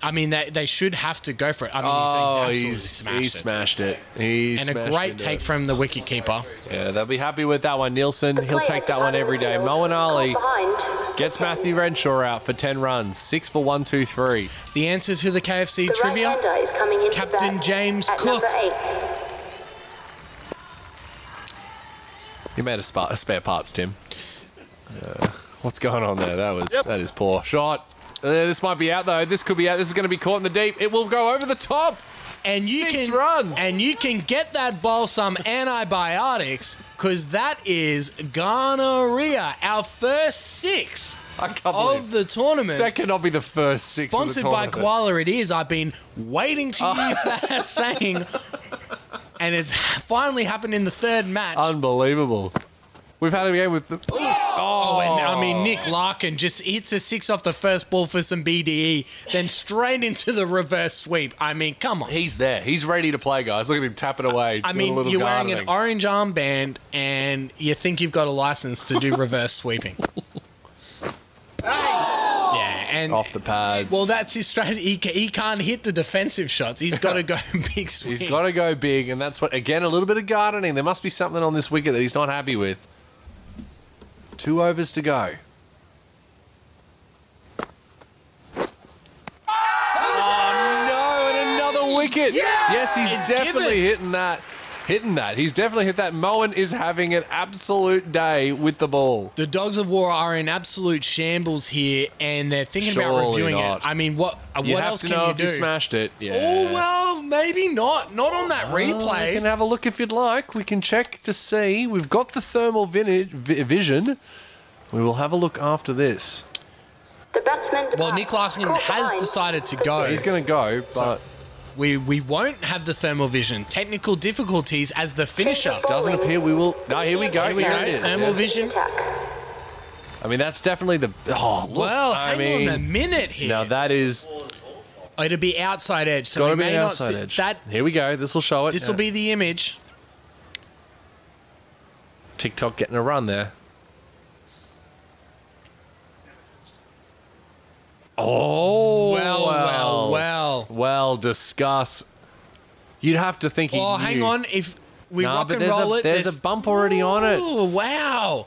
B: I mean, they, they should have to go for it. I mean, he's,
A: Oh,
B: he's absolutely
A: he's,
B: smashed
A: he
B: it.
A: smashed it. He
B: and
A: smashed
B: a great
A: into
B: take
A: it.
B: from the wicketkeeper.
A: Yeah, they'll be happy with that one. Nielsen, he'll take that one every day. Moen
D: Moen
A: Ali
D: Behind.
A: gets Matthew Renshaw out for 10 runs. Six for one, two, three.
B: The answer to the KFC
D: The
B: trivia:
D: right-hander is coming into
B: Captain
D: bat
B: James
D: at
B: Cook.
D: number eight.
A: You made a, spa- spare parts, Tim. Uh, what's going on there? That was
C: Yep.
A: that is poor shot. Uh, this might be out though. This could be out. This is going to be caught in the deep. It will go over the top.
B: and you
A: Six
B: can
A: runs.
B: and you can get that ball some antibiotics because that is gonorrhea. Our first six
A: I can't
B: of
A: believe
B: the tournament.
A: that cannot be the first six. of the
B: Sponsored by
A: tournament. Oh.
B: Koala, it is. I've been waiting to use that saying, and it's finally happened in the third match.
A: Oh, Unbelievable. We've had a game with. The- oh,
B: Oh, and I mean, Nick Larkin just hits a six off the first ball for some BDE, then straight into the reverse sweep. I mean, come on.
A: he's there. He's ready to play, guys. Look at him tapping away.
B: I
A: doing
B: mean,
A: a little
B: you're wearing an
A: gardening.
B: orange armband and you think you've got a license to do reverse sweeping. Yeah, and
A: off the pads.
B: well, that's his strategy. He, ca- he can't hit the defensive shots. He's got to go big swing.
A: He's got to go big, and that's what again a little bit of gardening. There must be something on this wicket that he's not happy with. Two overs to go. Oh no! And another wicket. Yes, he's
B: It's
A: definitely
B: given.
A: hitting that. Hitting that. He's definitely hit that. Moen is having an absolute day with the ball.
B: The Dogs of War are in absolute shambles here, and they're thinking about
A: Surely
B: reviewing
A: not.
B: it. I mean, what uh,
A: You
B: what
A: have
B: else
A: to
B: can
A: know
B: you
A: if
B: do?
A: you smashed it. Yeah.
B: Oh well, maybe not. Not on that
A: We can
B: replay.
A: have a look if you'd like. We can check to see. We've got the thermal vini- vi- vision. We will have a look after this.
D: The batsman
B: Well,
D: departs.
B: Nick Larson
D: Court
B: has
D: behind.
B: decided to Oh, go.
A: He's going to go, but
B: We we won't have the thermal vision. Technical difficulties as the finisher.
A: doesn't appear we will. No, here we go.
B: Here we
A: There
B: go.
A: it is.
B: Thermal
A: Yes.
B: vision.
D: Attack.
A: I mean, that's definitely the. Oh, look.
B: Well,
A: I
B: hang
A: mean,
B: on a minute here.
A: now that is
B: It'll Oh, be outside edge. So
A: got to
B: we
A: be
B: may
A: an
B: not
A: outside
B: see-
A: edge.
B: That
A: here we go. This will show it.
B: this will be the image.
A: TikTok getting a run there. Oh
B: Well, well, well.
A: Well, discuss. You'd have to think he.
B: Oh,
A: knew.
B: hang on. If we
A: Nah,
B: rock
A: but
B: and
A: there's
B: roll
A: a,
B: it,
A: There's, a bump already on it.
B: Ooh, wow.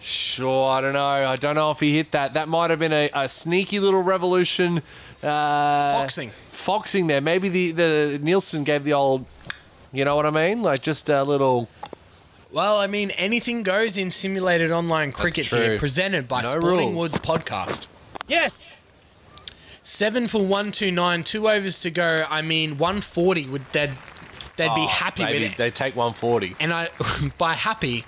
A: Sure, I don't know. I don't know if he hit that. That might have been a, a sneaky little revolution. Uh,
B: Foxing.
A: Foxing there. Maybe the, the Nielsen gave the old. You know what I mean? Like just a little.
B: Well, I mean, anything goes in simulated online cricket
A: true.
B: here, presented by
A: No
B: Sporting
A: rules.
B: Woods Podcast.
C: Yes.
B: Seven for one two nine, two overs to go. I mean, one forty would they'd they'd be
A: Oh,
B: happy
A: maybe
B: with it.
A: They take 140.
B: and I by happy,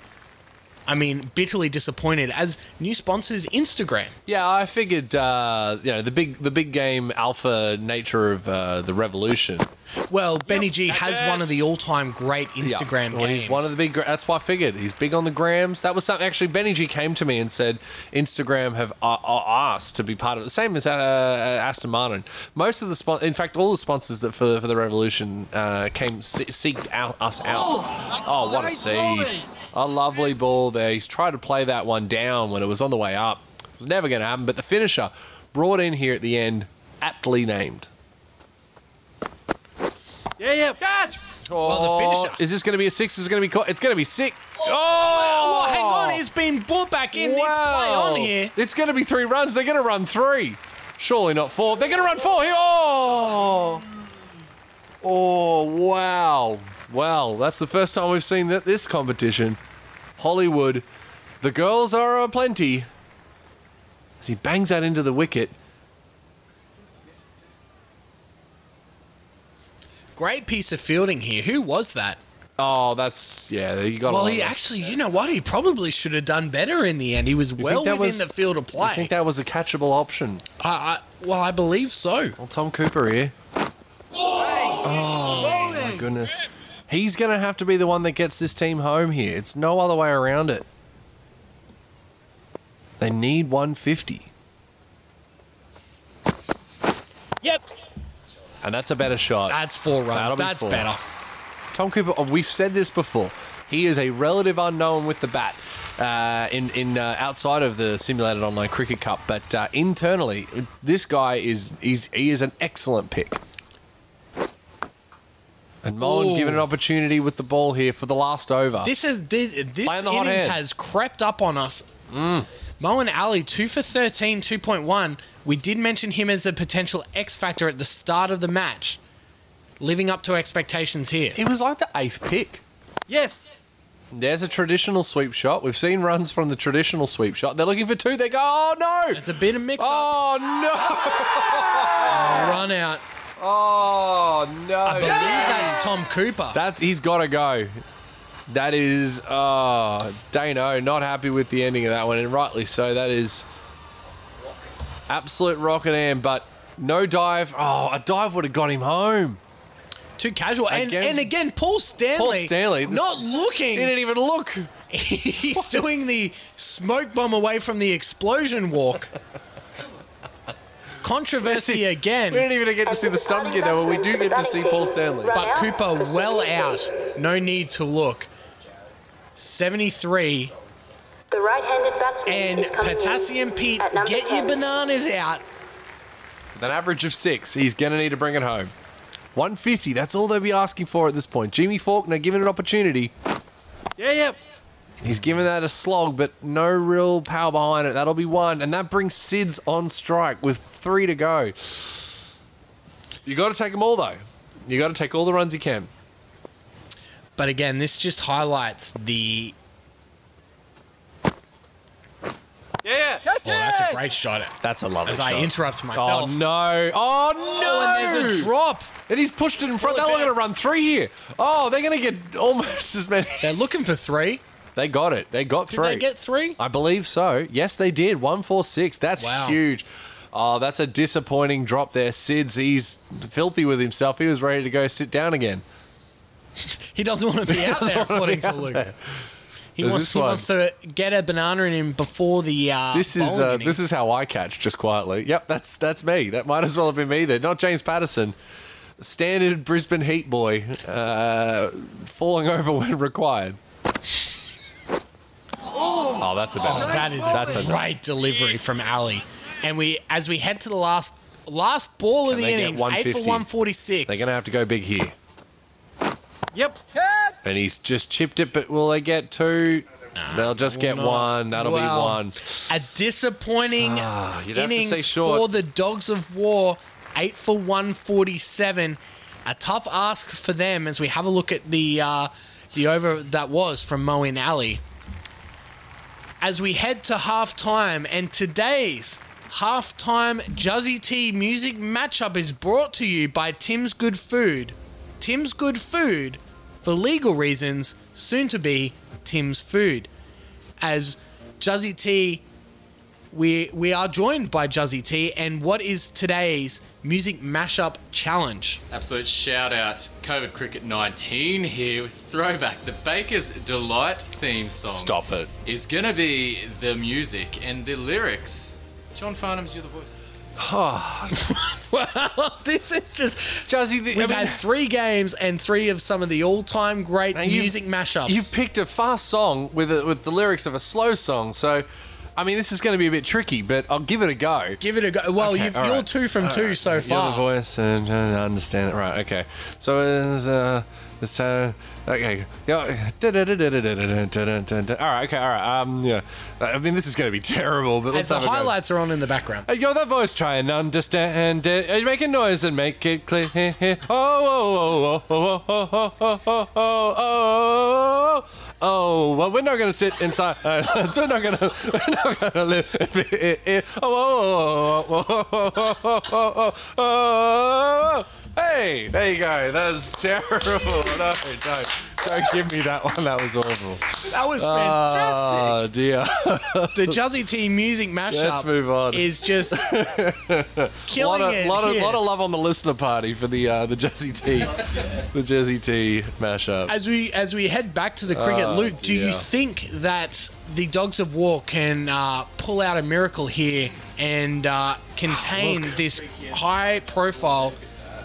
B: I mean bitterly disappointed as new sponsors Instagram.
A: Yeah, I figured. Uh, you know, the big the big game alpha nature of uh, the revolution.
B: Well, Benny G has one of the all-time great Instagram
A: Well,
B: games.
A: he's one of the big. gra- That's why I figured he's big on the grams. That was something. Actually, Benny G came to me and said Instagram have uh, uh, asked to be part of it. The same as uh, Aston Martin. Most of the spon- in fact, all the sponsors that for for the revolution uh, came se- seeked out us out. Oh, what a
C: nice
A: seed!
C: volley.
A: A lovely ball there. He's tried to play that one down when it was on the way up. It was never going to happen. But the finisher brought in here at the end, aptly named.
C: Yeah, yeah. Catch.
B: Well, Oh, the finisher.
A: Is this going to be a six? Is it going to be? Caught? It's going to be six. Oh,
B: Oh, hang on, it's been brought back in. It's play
A: Wow.
B: on here.
A: It's going to be three runs. They're going to run three. Surely not four. They're going to run four. here. Oh, oh, wow. Well, that's the first time we've seen that this competition. Hollywood. The girls are aplenty. As he bangs that into the wicket.
B: Great piece of fielding here. Who was that?
A: Oh, that's yeah. You got. a
B: Well,
A: lot
B: he
A: of-
B: actually, you know what? He probably should have done better in the end. He was
A: You
B: well
A: think that was-
B: within the field of
A: I
B: play.
A: think that was a catchable option.
B: I, I, well, I believe so.
A: Well, Tom Cooper here.
C: Oh,
A: My goodness. He's going to have to be the one that gets this team home here. It's no other way around it. They need 150,
C: Yep.
A: and that's a better shot.
B: That's four runs.
A: That'll be
B: That's
A: four.
B: better.
A: Tom Cooper, oh, we've said this before. He is a relative unknown with the bat uh, in in uh, outside of the simulated online cricket cup, but uh, internally, this guy is he's, he is an excellent pick. And Mullen
B: Ooh.
A: given an opportunity with the ball here for the last over.
B: This is this,
A: Play
B: this
A: in the hot Mm.
B: innings
A: hand.
B: has crept up on us. Moen Ali, two for 13, 2.1. We did mention him as a potential X factor at the start of the match. Living up to expectations here.
A: he was like the eighth pick.
C: Yes.
A: There's a traditional sweep shot. We've seen runs from the traditional sweep shot. They're looking for two. They go, oh no!
B: It's a bit of mix up.
A: Oh no!
B: Run out.
A: Oh no!
B: I believe that's Tom Cooper.
A: That's he's got to go. That is oh Dano not happy with the ending of that one, and rightly so. That is absolute rocket and but no dive. Oh, a dive would have got him home.
B: Too casual. And
A: Again-
B: and again, Paul Stanley.
A: Paul Stanley, this-
B: not looking.
A: He didn't even look.
B: He's doing the smoke bomb away from the explosion walk. Controversy
A: We
B: again,
A: didn't even get to see the stumps get down, but we do get to see Paul Stanley.
B: but Cooper well out. No need to look. 73
D: The right-handed batsman
B: and
D: is coming
B: Potassium
D: in
B: Pete,
D: at number
B: get your
D: 10.
B: bananas out.
A: With an average of six, he's gonna need to bring it home. 150. That's all they'll be asking for at this point. Jimmy Faulkner given an opportunity.
C: Yeah, yep.
A: He's given that a slog, but no real power behind it. That'll be one, and that brings Sids on strike with three to go. You got to take them all though. You got to take all the runs you can.
B: But again, this just highlights the.
C: Yeah, yeah. Catch
B: Oh, that's a great shot.
A: That's a lovely
B: As
A: shot.
B: I interrupt myself.
A: Oh no! Oh
B: Oh,
A: no!
B: and there's a Oh, drop.
A: and he's pushed it in front.
B: Pull it
A: They're
B: back.
A: going to run three here. Oh, they're going to get almost as many.
B: They're looking for three.
A: They got it. They got
B: Did
A: three.
B: they get three?
A: I believe so. Yes, they did. One four six. That's
B: Wow.
A: huge. Oh, that's a disappointing drop there. Sids, he's filthy with himself. He was ready to go sit down again.
B: He doesn't want to be out there, according to Luke. He
A: There's
B: wants,
A: this
B: he
A: one.
B: wants to get a banana in him before the uh,
A: This is
B: bowling
A: uh,
B: inning.
A: this is how I catch, just quietly. Yep, that's that's me. That might as well have been me there. Not James Patterson, standard Brisbane Heat boy, uh, falling over when required. Oh, that's a bad.
B: Oh,
A: one.
B: that is
A: that's
B: a
A: a
B: great delivery from Ali. And we as we head to the last last ball of
A: And
B: the
A: they get
B: innings, eight
A: 150.
B: for one forty six.
A: They're gonna have to go big here,
C: Yep.
A: and he's just chipped it. But will they get two? They'll just
B: will
A: get
B: not.
A: one. That'll
B: Well,
A: be one.
B: a disappointing
A: Ah, you'd have to say
B: innings
A: short.
B: for the Dogs of War, eight for one forty seven. A tough ask for them as we have a look at the uh, the over that was from Moen Alley. As we head to half time and today's half time Juzzy T music matchup is brought to you by Tim's Good Food. Tim's Good Food, for legal reasons, soon to be Tim's Food. As Juzzy T we we are joined by Juzzy T, and what is today's music mashup challenge?
F: Absolute shout out, COVID Cricket 19 here with throwback. The Baker's Delight theme song
A: Stop it.
F: is going to be the music and the lyrics. John Farnham's You're the Voice.
B: Well, this is just
A: Jazzy, the,
B: we've had three games and three of some of the all-time great
A: Now, you've-
B: music mashups.
A: You've picked a fast song with a, with the lyrics of a slow song, so I mean, this is going to be a bit tricky, but I'll give it a go.
B: Give it a go. Well,
A: Okay,
B: you've,
A: all
B: you're
A: right.
B: two from two so
A: You're the
B: far.
A: voice and trying to understand it. Right, okay. So it's uh it's uh okay. Yeah. da-da-da-da-da-da-da-da-da-da. All right, okay, all right. Um yeah. I mean this is gonna be terrible, but
B: As
A: let's
B: the
A: have a go.
B: highlights are on in the background.
A: Hey, Yo, that voice try and understand it. Hey, Make a noise and make it clear. Oh, oh, oh, oh, oh, oh, oh, oh, oh, oh, oh, oh. Well, we're not gonna sit inside. Uh, we're not gonna. We're not gonna live. Oh, oh, oh, oh, oh, oh, oh, oh, oh, oh, oh. Hey, there you go. That's terrible. No, don't, don't give me that one. That was awful.
B: That was fantastic.
A: Oh dear.
B: Uh, the Juzzy Team music mashup
A: Let's move on.
B: is just killing
A: lot of,
B: it.
A: lot, of,
B: here.
A: lot of love on the listener party for the uh, the Jersey T, the Jersey T mashup.
B: as we as we head back to the cricket, Luke, do you
A: Oh, dear.
B: think that the Dogs of War can uh, pull out a miracle here and uh, contain this high-profile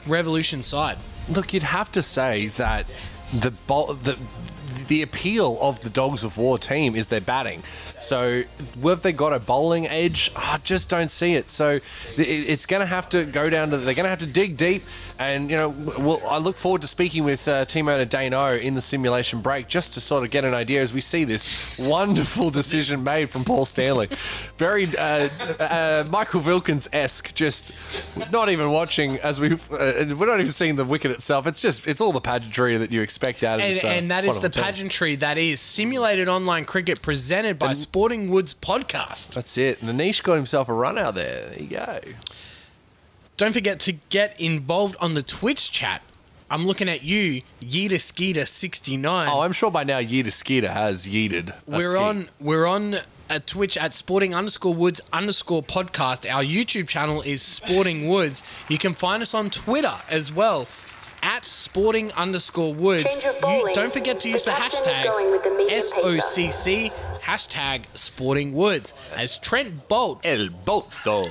B: revolution side?
A: Look, you'd have to say that the bol- the the appeal of the Dogs of War team is their batting. So, have they got a bowling edge? I just don't see it. So, it- it's going to have to go down to they're going to have to dig deep. And you know, well, I look forward to speaking with uh, team owner Dane O in the simulation break just to sort of get an idea as we see this wonderful decision made from Paul Stanley, very uh, uh, Michael Wilkins esque, just not even watching as we uh, we're not even seeing the wicket itself. It's just it's all the pageantry that you expect out of
B: And,
A: this. uh,
B: and that is the
A: wonderful team.
B: pageantry that is simulated online cricket presented by Sporting Woods Podcast.
A: That's it. And the niche got himself a run out there. There you go.
B: Don't forget to get involved on the Twitch chat. I'm looking at you, Yeeta Skeeter 69.
A: Oh, I'm sure by now Yeeter Skeeter has yeeted. a
B: we're
A: skeet.
B: on we're on a Twitch at sporting underscore woods underscore podcast. Our YouTube channel is Sporting Woods. You can find us on Twitter as well at sporting underscore woods.
D: Change of
B: You,
D: bowling.
B: don't forget to use the
D: The captain is going with the
B: hashtags
D: medium pace up.
B: SOCC hashtag sporting woods as Trent Bolt.
A: El Boto.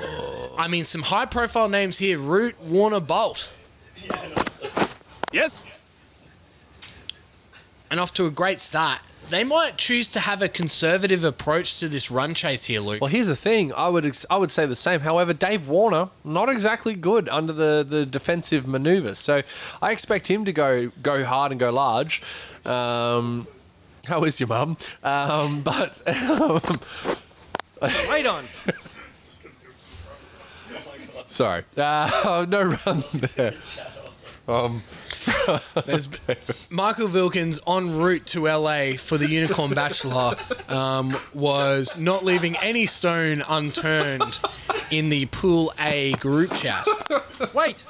B: I mean some high profile names here. Root Warner Bolt.
C: Yes.
B: and off to a great start. They might choose to have a conservative approach to this run chase here, Luke.
A: Well, here's the thing. I would ex- I would say the same. However, Dave Warner not exactly good under the, the defensive manoeuvres. So I expect him to go go hard and go large. Um, how is your mum? Um, but
C: Right on.
A: sorry, uh, no run there.
B: There's Michael Vilkins en route to LA for the Unicorn Bachelor um, was not leaving any stone unturned in the Pool A group chat,
C: Wait.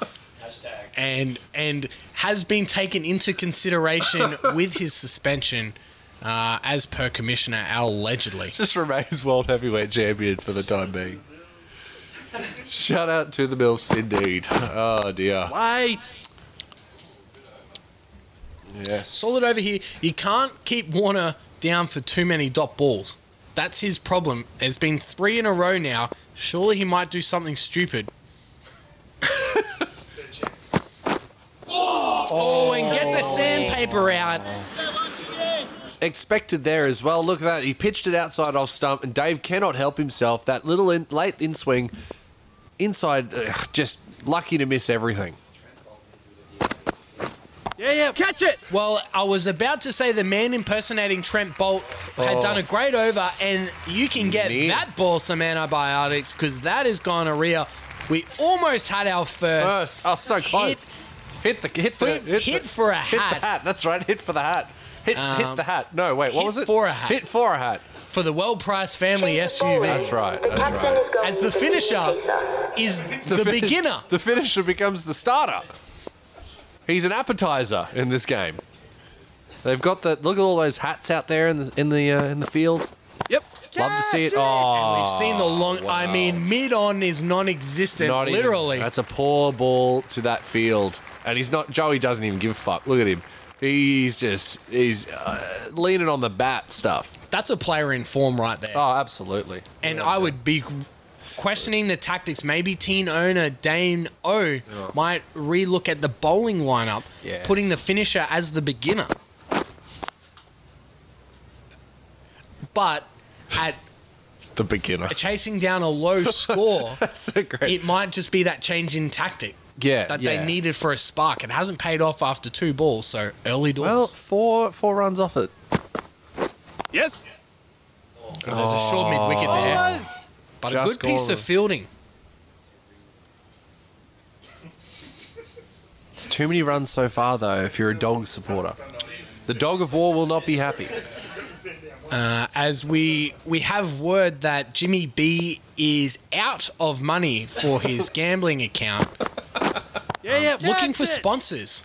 B: and and has been taken into consideration with his suspension, uh, as per Commissioner Al allegedly.
A: Just remains world heavyweight champion for the time being. Shout out to the Milfs, indeed. Oh dear.
C: Wait.
A: Yes.
B: solid over here. You can't keep Warner down for too many dot balls. That's his problem. There's been three in a row now. Surely he might do something stupid. oh, and get the sandpaper out.
A: expected there as well. Look at that. He pitched it outside off stump, and Dave cannot help himself. That little in, late in swing, inside, ugh, just lucky to miss everything.
C: Yeah, yeah. Catch it.
B: Well, I was about to say the man impersonating Trent Bolt had done a great over, and you can get
A: Neat.
B: that ball some antibiotics because that is gonorrhea. We almost had our first.
A: First, oh, so close. Hit, the hit the
B: Hit- hit
A: the-
B: for a
A: hit
B: hat.
A: the hat. That's right. Hit for the hat. Hit hit
B: Um,
A: the hat. No, wait. What
B: hit
A: was it?
B: for a hat.
A: Hit for a hat.
B: for the well-priced family
D: Change of
B: SUV.
D: bowling.
A: That's right,
D: The
A: that's
D: captain
A: right.
D: is going
B: As the
D: with the medium
B: finisher.
D: pace up.
B: is the,
A: finish-
B: beginner.
A: The finisher becomes the starter. He's an appetizer in this game. They've got the look at all those hats out there in the in the uh, in the field.
C: Yep.
A: Love to see it.
C: Catch
A: Oh,
B: We've seen the long. I mean, mid on is non-existent,
A: Not even-
B: literally.
A: that's a poor ball to that field, and he's not. Joey doesn't even give a fuck. Look at him. He's just he's uh, leaning on the bat stuff.
B: That's a player in form right there.
A: Oh, absolutely.
B: and I would be questioning the tactics. Maybe teen owner Dane O might relook at the bowling lineup,
A: Yes.
B: putting the finisher as the beginner. But at
G: the beginner.
B: chasing down a low score,
G: That's so great.
B: it might just be that change in tactic
G: yeah,
B: that
G: yeah.
B: they needed for a spark. It hasn't paid off after two balls, so early doors.
G: Well, four four runs off it.
C: Yes.
B: There's a short mid wicket there,
C: Ballers.
B: but a
G: Just
B: good piece
G: gone.
B: of fielding.
G: It's too many runs so far, though. If you're a dog supporter, the dog of war will not be happy.
B: Uh, as we we have word that Jimmy B is out of money for his gambling account,
C: Yeah, yeah.
B: looking for
C: Catch it.
B: sponsors.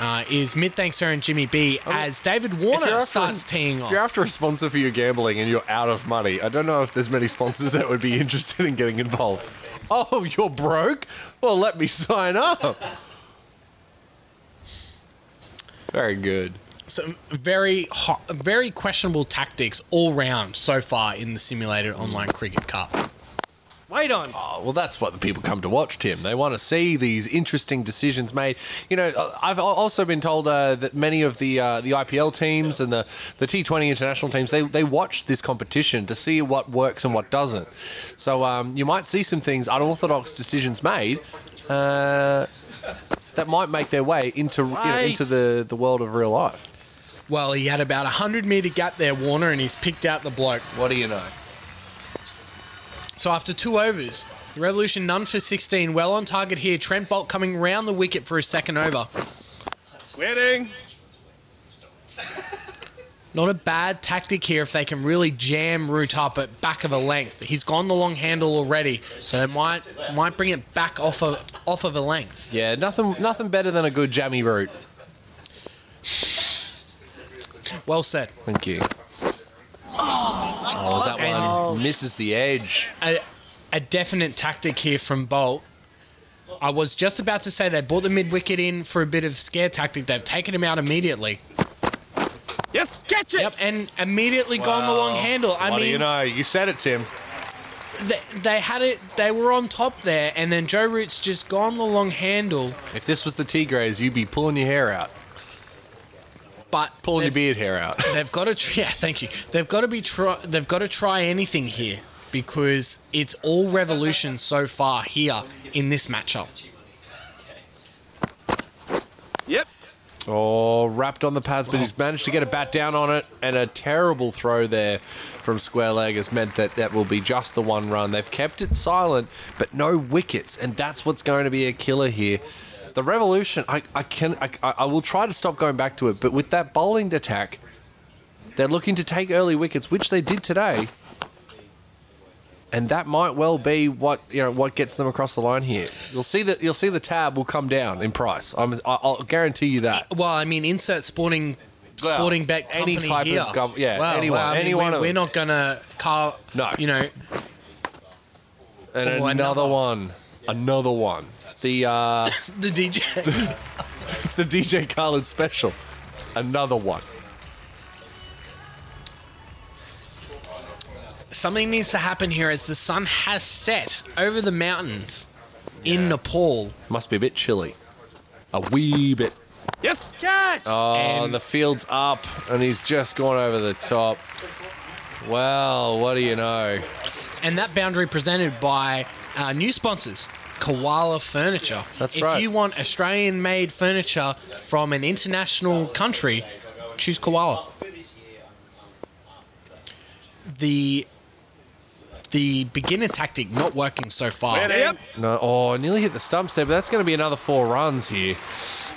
B: Uh, is mid thanks sir and Jimmy B as David Warner starts teeing
G: If you're
B: off.
G: after a sponsor for your gambling and you're out of money, I don't know if there's many sponsors that would be interested in getting involved. Oh, you're broke? Well, let me sign up. Very good.
B: Some very ho- very questionable tactics all round so far in the simulated online cricket cup.
C: Wait on.
G: Oh, well, that's what the people come to watch, Tim. They want to see these interesting decisions made. You know, I- I've al- also been told uh, that many of the uh, the IPL teams and the, the T20 international teams they, they watch this competition to see what works and what doesn't. So um, you might see some things unorthodox decisions made uh, that might make their way into you know,
C: Right.
G: into the, the world of real life.
B: Well, he had about a hundred meter gap there, Warner, and he's picked out the bloke.
G: What do you know?
B: So after two overs, the Revolution none for 16. Well on target here. Trent Bolt coming round the wicket for his second over.
C: Winning.
B: Not a bad tactic here if they can really jam Root up at back of a length. He's gone the long handle already, so they might might bring it back off of off of a length.
G: Yeah, nothing nothing better than a good jammy route.
B: Well said.
G: Thank you. Oh, is that one misses the edge?
B: A, a definite tactic here from Bolt. I was just about to say they brought the mid wicket in for a bit of scare tactic. They've taken him out immediately.
C: Yes. Catch it.
B: Yep, and immediately gone the long handle. I
G: what
B: mean,
G: do you know? You said it, Tim.
B: they, they had it. They were on top there, and then Joe Root's just gone the long handle.
G: If this was the Tigres, you'd be pulling your hair out,
B: But they've,
G: pulling your beard hair out.
B: they've got to. Tr- yeah, thank you. They've got to be. Try, they've got to try anything here because it's all revolution so far here in this matchup.
C: Yep.
G: Oh, wrapped on the pads, but he's managed to get a bat down on it, and a terrible throw there from square leg has meant that that will be just the one run. They've kept it silent, but no wickets, and that's what's going to be a killer here. The revolution, I, I can, I, I will try to stop going back to it, but with that bowling attack, they're looking to take early wickets, which they did today, and that might well be what you know what gets them across the line here. You'll see that you'll see the tab will come down in price. I'm, I- I'll guarantee you that.
B: Well, I mean, insert sporting.
G: Well,
B: Sporting bet company
G: any type of
B: here.
G: gov- yeah,
B: well,
G: anyone-
B: well, I mean,
G: anyone
B: we're,
G: of-
B: we're not gonna car.
G: No.
B: you know,
G: And
B: Oh,
G: another
B: another.
G: one. Another one. The uh,
B: the DJ.
G: the DJ Khaled special. Another one.
B: something needs to happen here as the sun has set over the mountains in Nepal.
G: Must be a bit chilly. A wee bit.
C: Yes. Catch.
G: Oh,
B: And-
G: the field's up, and he's just gone over the top. Well, what do you know?
B: And that boundary presented by uh, new sponsors, Koala Furniture.
G: That's
B: if
G: right.
B: you want Australian made furniture from an international country, choose Koala. The the beginner tactic not working so far.
C: Yep.
G: No, oh, I nearly hit the stumps there, but that's going to be another four runs here.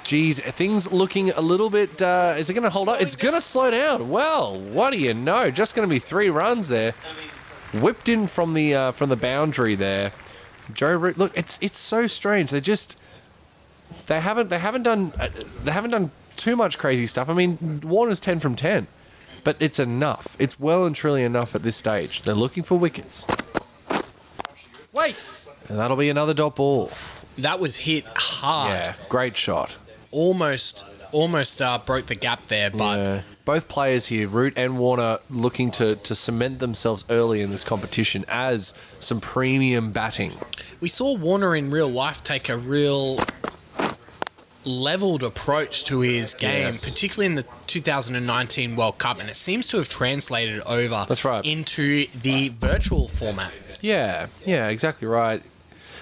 G: Geez, things looking a little bit. Uh, is it going to hold up? It's going to slow down. Well, what do you know? Just going to be three runs there, whipped in from the uh, from the boundary there. Joe Root, look, it's it's so strange. They just they haven't they haven't done uh, they haven't done too much crazy stuff. I mean, Warner's ten from ten, but it's enough. It's well and truly enough at this stage. They're looking for wickets,
C: Wait.
G: and that'll be another dot ball.
B: That was hit hard.
G: Yeah, great shot.
B: Almost almost uh, broke the gap there, but
G: Yeah. Both players here, Root and Warner, looking to, to cement themselves early in this competition as some premium batting.
B: We saw Warner in real life take a real leveled approach to his game,
G: Yes.
B: particularly in the 2019 World Cup, and it seems to have translated over
G: That's right.
B: into the virtual format.
G: Yeah, yeah, exactly right.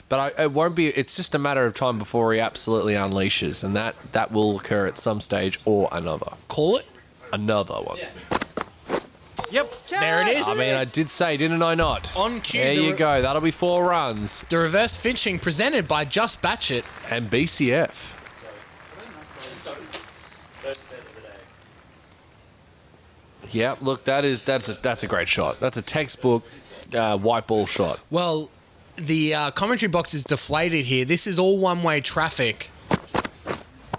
G: But I, it won't be. It's just a matter of time before he absolutely unleashes, and that that will occur at some stage or another.
B: Call it.
G: Another one.
C: Yep.
B: There it is.
G: I mean, I did say, didn't I not?
B: On cue.
G: There
B: the,
G: you
B: re-
G: go. That'll be four runs
B: The reverse finching presented by Just Batch It.
G: and BCF. Yeah, look, that is that's a, that's a great shot. That's a textbook uh, white ball shot.
B: Well, the uh, commentary box is deflated here. This is all one way traffic.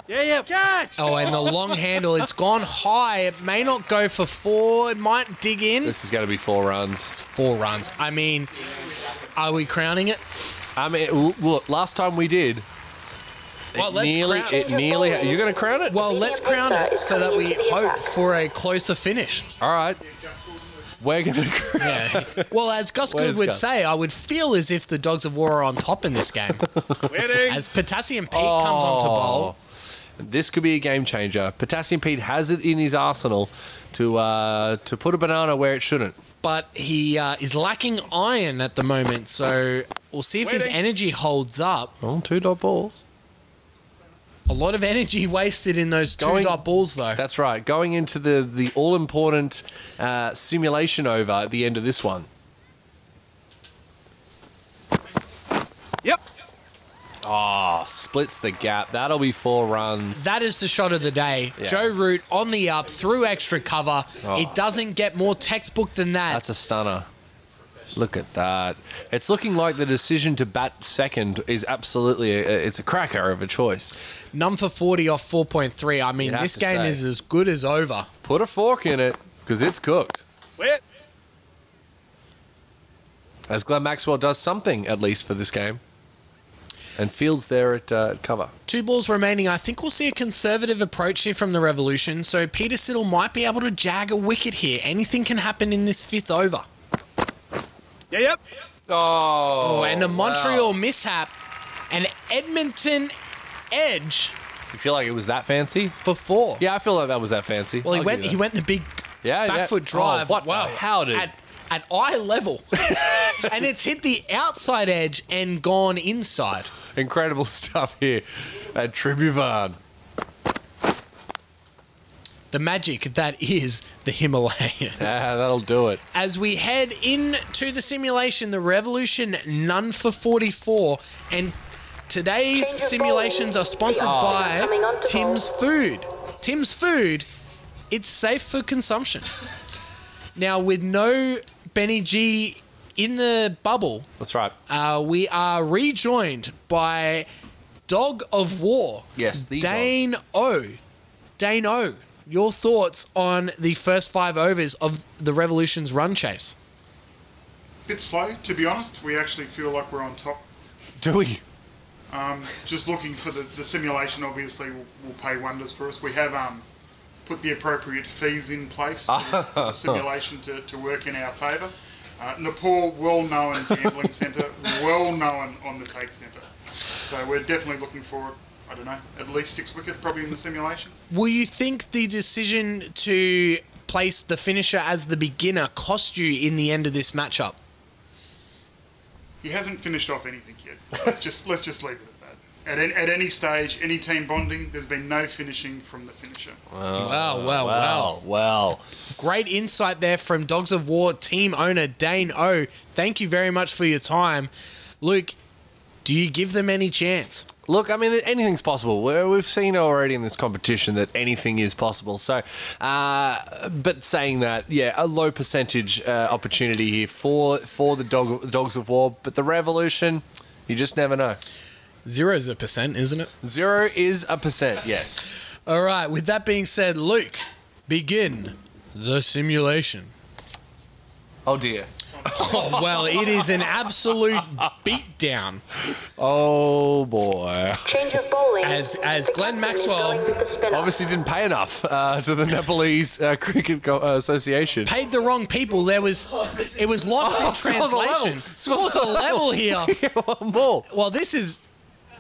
C: Yeah, yeah. Catch.
B: Oh, and the long handle, it's gone high. It may not go for four. It might dig in.
G: This is going to be four runs.
B: It's four runs. I mean, are we crowning it?
G: I mean, l- look, last time we did. It
B: Well, let's
G: nearly,
B: crown-
G: it nearly. You're going to crown it.
B: Well, let's crown it so that we hope for a closer finish.
G: All right, we're going to crown.
B: Yeah. Well, as Gus
G: Where's
B: Good would
G: Gus?
B: say, I would feel as if the Dogs of War are on top in this game.
C: Winning.
B: As Potassium Pete comes on to
G: Oh.
B: bowl,
G: This could be a game changer. Potassium Pete has it in his arsenal to uh, to put a banana where it shouldn't.
B: but he uh, is lacking iron at the moment, so we'll see if his
C: Waiting.
B: energy holds up.
G: Oh, two dot balls.
B: A lot of energy wasted in those two
G: Going-
B: dot balls, though.
G: That's right. Going into the the all important uh, simulation over at the end of this one.
C: Yep.
G: Ah, splits the gap. That'll be four runs.
B: That is the shot of the day.
G: Yeah.
B: Joe Root on the up through extra cover.
G: Oh.
B: It doesn't get more textbook than that.
G: That's a stunner. Look at that. It's looking like the decision to bat second is absolutely a, it's a cracker of a choice.
B: None for 40 off 4.3. I mean,
G: You'd have
B: this
G: to
B: game
G: say.
B: is as good as over.
G: Put a fork in it because it's cooked.
C: Wait.
G: As Glenn Maxwell does something at least for this game, and Fields there at uh, at cover.
B: Two balls remaining. I think we'll see a conservative approach here from the Revolution. So Peter Siddle might be able to jag a wicket here. Anything can happen in this fifth over.
C: Yeah, yep.
G: Oh,
B: Oh, and a Montreal mishap. An Edmonton edge
G: You feel like it was that fancy?
B: for four.
G: Yeah, I feel like that was that fancy.
B: Well, he
G: I'll
B: went.
G: give
B: He
G: you
B: went the big
G: that. Yeah,
B: back
G: yeah.
B: foot drive.
G: Oh, what?
B: Wow.
G: How did?
B: At, at eye level, and it's hit the outside edge and gone inside.
G: Incredible stuff here at Tribuvard.
B: The magic that is the Himalayan.
G: Ah, that'll do it.
B: As we head into the simulation, the Revolution none for 44, and today's
D: Change of
B: simulations
D: ball.
B: are sponsored
D: Oh. Coming
B: by
D: onto
B: Tim's Food. Tim's Food, it's safe for consumption. Now, with no Benny G in the bubble,
G: That's right.
B: uh, we are rejoined by Dog of War.
G: Yes, the dog.
B: Dane O. Dane O. Your thoughts on the first five overs of the Revolution's run chase?
E: Bit slow, to be honest. We actually feel like we're on top.
G: Dewey.
E: Um, just looking for the, the simulation, obviously, will, will pay wonders for us. We have um, put the appropriate fees in place for the, for the simulation to, to work in our favour. Uh, Nepal, well known gambling centre, well known on the take centre. So we're definitely looking for, I don't know, at least six wickets probably in the simulation.
B: Will you think the decision to place the finisher as the beginner cost you in the end of this matchup?
E: He hasn't finished off anything yet. Let's just let's just leave it at that. At, an, at any stage, any team bonding, there's been no finishing from the finisher.
B: wow, wow, Uh, wow.
G: Well, well.
B: Great insight there from Dogs of War team owner Dane O. Thank you very much for your time. Luke, do you give them any chance?
G: Look, I mean, anything's possible. We're- We've seen already in this competition that anything is possible. So, uh, but saying that, yeah, a low percentage uh, opportunity here for for the dog, dogs of war, but the revolution, you just never know.
B: Zero is a percent, isn't it?
G: Zero is a percent. Yes.
B: All right, with that being said, Luke, begin the simulation.
G: Oh dear.
B: Oh, well, it is an absolute beatdown
G: Oh boy.
D: Change of bowling.
B: As- as
D: The
B: Glenn
D: captain is
B: Maxwell-
D: going with the spinner.
G: Obviously, didn't pay enough uh, to the Nepalese uh, Cricket Co- uh, Association.
B: paid the wrong people. There was it was lost
G: Oh,
B: in
G: scores a level.
B: translation.
G: Scores
B: Scores
G: a
B: a level here.
G: One more.
B: Well, this is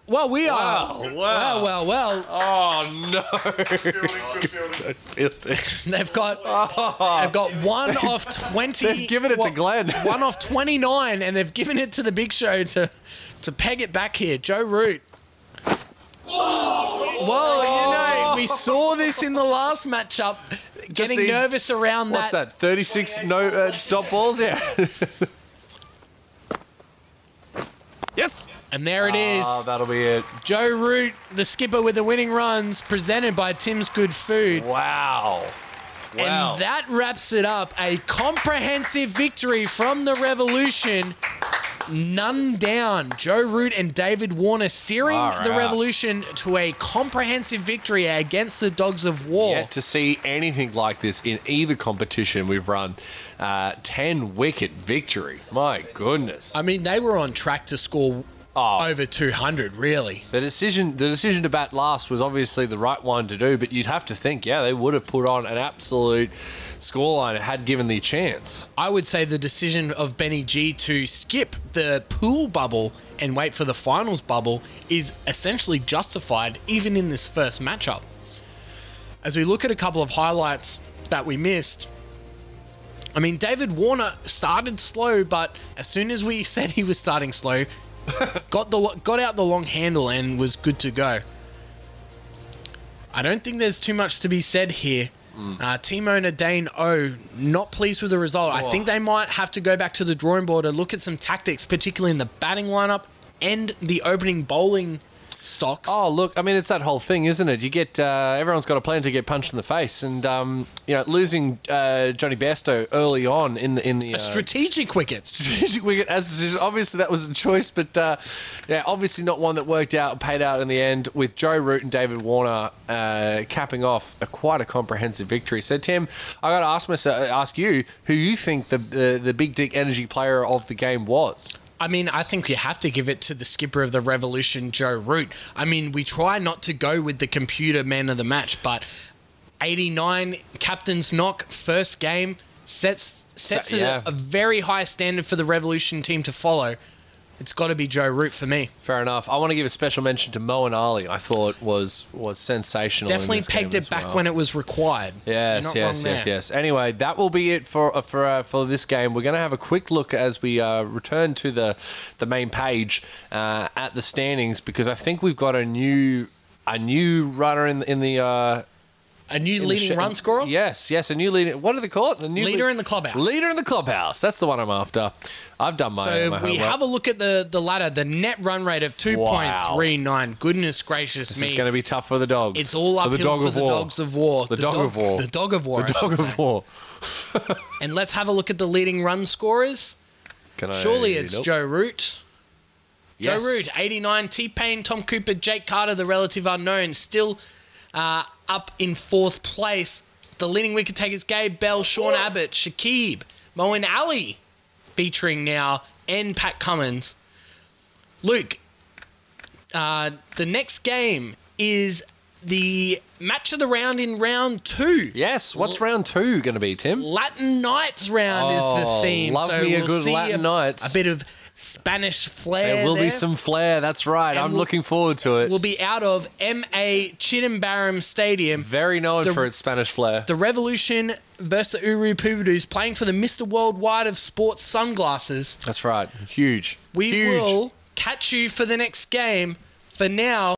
B: Well, we are.
G: Wow,
B: Well,
G: wow.
B: well, well.
G: Oh, no.
E: Building, good building.
B: They've got they've got one off twenty.
G: They've given it to
B: what-
G: Glenn.
B: one off twenty nine, and they've given it to the Big Show to to peg it back here. Joe Root. Well, you know, we saw this in the last matchup. Getting
G: needs-
B: nervous around
G: What's
B: that.
G: that? 36 no uh, dot balls? Yeah.
C: Yes.
B: and there it is.
G: Ah, that'll be it.
B: Joe Root, the skipper with the winning runs, presented by Tim's Good Food.
G: Wow. Oh, Wow.
B: And that wraps it up. A comprehensive victory from the Revolution. None down. Joe Root and David Warner steering
G: Far
B: the
G: out.
B: Revolution to a comprehensive victory against the Dogs of War.
G: Yet to see anything like this in either competition we've run. Uh, 10 wicket victory. My goodness.
B: I mean, they were on track to score
G: Oh.
B: over 200, really.
G: The decision, the decision to bat last was obviously the right one to do, but you'd have to think, yeah, they would have put on an absolute scoreline had given the chance.
B: I would say the decision of Benny G to skip the pool bubble and wait for the finals bubble is essentially justified even in this first matchup. As we look at a couple of highlights that we missed, I mean, David Warner started slow, but as soon as we said he was starting slow, got the got out the long handle and was good to go. I don't think there's too much to be said here. Uh, team owner Dane O not pleased with the result. I think they might have to go back to the drawing board and look at some tactics, particularly in the batting lineup and the opening bowling stocks.
G: Oh, look, I mean, it's that whole thing, isn't it? You get uh, everyone's got a plan to get punched in the face, and um, you know, losing uh, Johnny Bairstow early on in the in the uh,
B: A strategic wicket.
G: strategic wicket as a decision. Obviously, that was a choice, but uh, yeah, obviously not one that worked out, paid out in the end. With Joe Root and David Warner uh, capping off a quite a comprehensive victory. So, Tim, I got to ask myself, ask you, who you think the, the the big dick energy player of the game was?
B: I mean, I think you have to give it to the skipper of the revolution, Joe Root. I mean, we try not to go with the computer man of the match, but 89 captain's knock first game sets sets
G: So-
B: a-
G: yeah.
B: a, very high standard for the revolution team to follow. It's got to be Joe Root for me.
G: Fair enough. I want to give a special mention to Mo and Ali. I thought was was sensational. in
B: Definitely
G: this game
B: pegged it
G: as
B: back
G: well.
B: when it was required. You're
G: Yes,
B: not
G: yes,
B: wrong
G: yes,
B: there.
G: yes. Anyway, that will be it for uh, for uh, for this game. We're going to have a quick look as we uh, return to the the main page uh, at the standings because I think we've got a new a new runner in in the uh,
B: A new
G: in the
B: leading
G: sh-
B: run scorer?
G: Yes, yes, a new leader. What do they call it? The new
B: Leader
G: lea-
B: in the clubhouse.
G: Leader in the clubhouse. That's the one I'm after. I've done my.
B: So
G: my
B: we
G: homework.
B: have a look at the, the ladder, the net run rate of
G: Wow.
B: 2.39. Goodness gracious
G: This
B: me.
G: is going to be tough for the dogs.
B: It's all
G: up
B: uphill
G: the dog
B: for
G: of
B: the
G: war.
B: dogs of war.
G: The dog of war.
B: The dog of war.
G: The dog of war.
B: And let's have a look at the leading run scorers.
G: Can I-
B: Surely it's
G: Nope.
B: Joe Root.
G: Yes.
B: Joe Root, 89. T Pain, Tom Cooper, Jake Carter, the relative unknown, still uh, up in fourth place. The leading wicket takers Gabe Bell, Sean Abbott, Shakib, Moen Ali, featuring now, and Pat Cummins. Luke, uh, the next game is the match of the round in round two.
G: Yes. What's round two going to be, Tim?
B: Latin Nights round is the
G: Oh,
B: theme.
G: love
B: so
G: me a
B: we'll
G: good
B: see
G: Latin
B: a,
G: Nights.
B: A bit of Spanish flair.
G: There will be
B: there.
G: some flair. That's right.
B: And
G: I'm
B: we'll-
G: looking forward to it.
B: We'll be out of M.A. Chidambaram Stadium.
G: Very known
B: the-
G: for its Spanish flair.
B: The Revolution versus Uru Pubudu's playing for the Mr. Worldwide of Sports sunglasses.
G: That's right. Huge.
B: We
G: Huge.
B: will catch you for the next game. For now,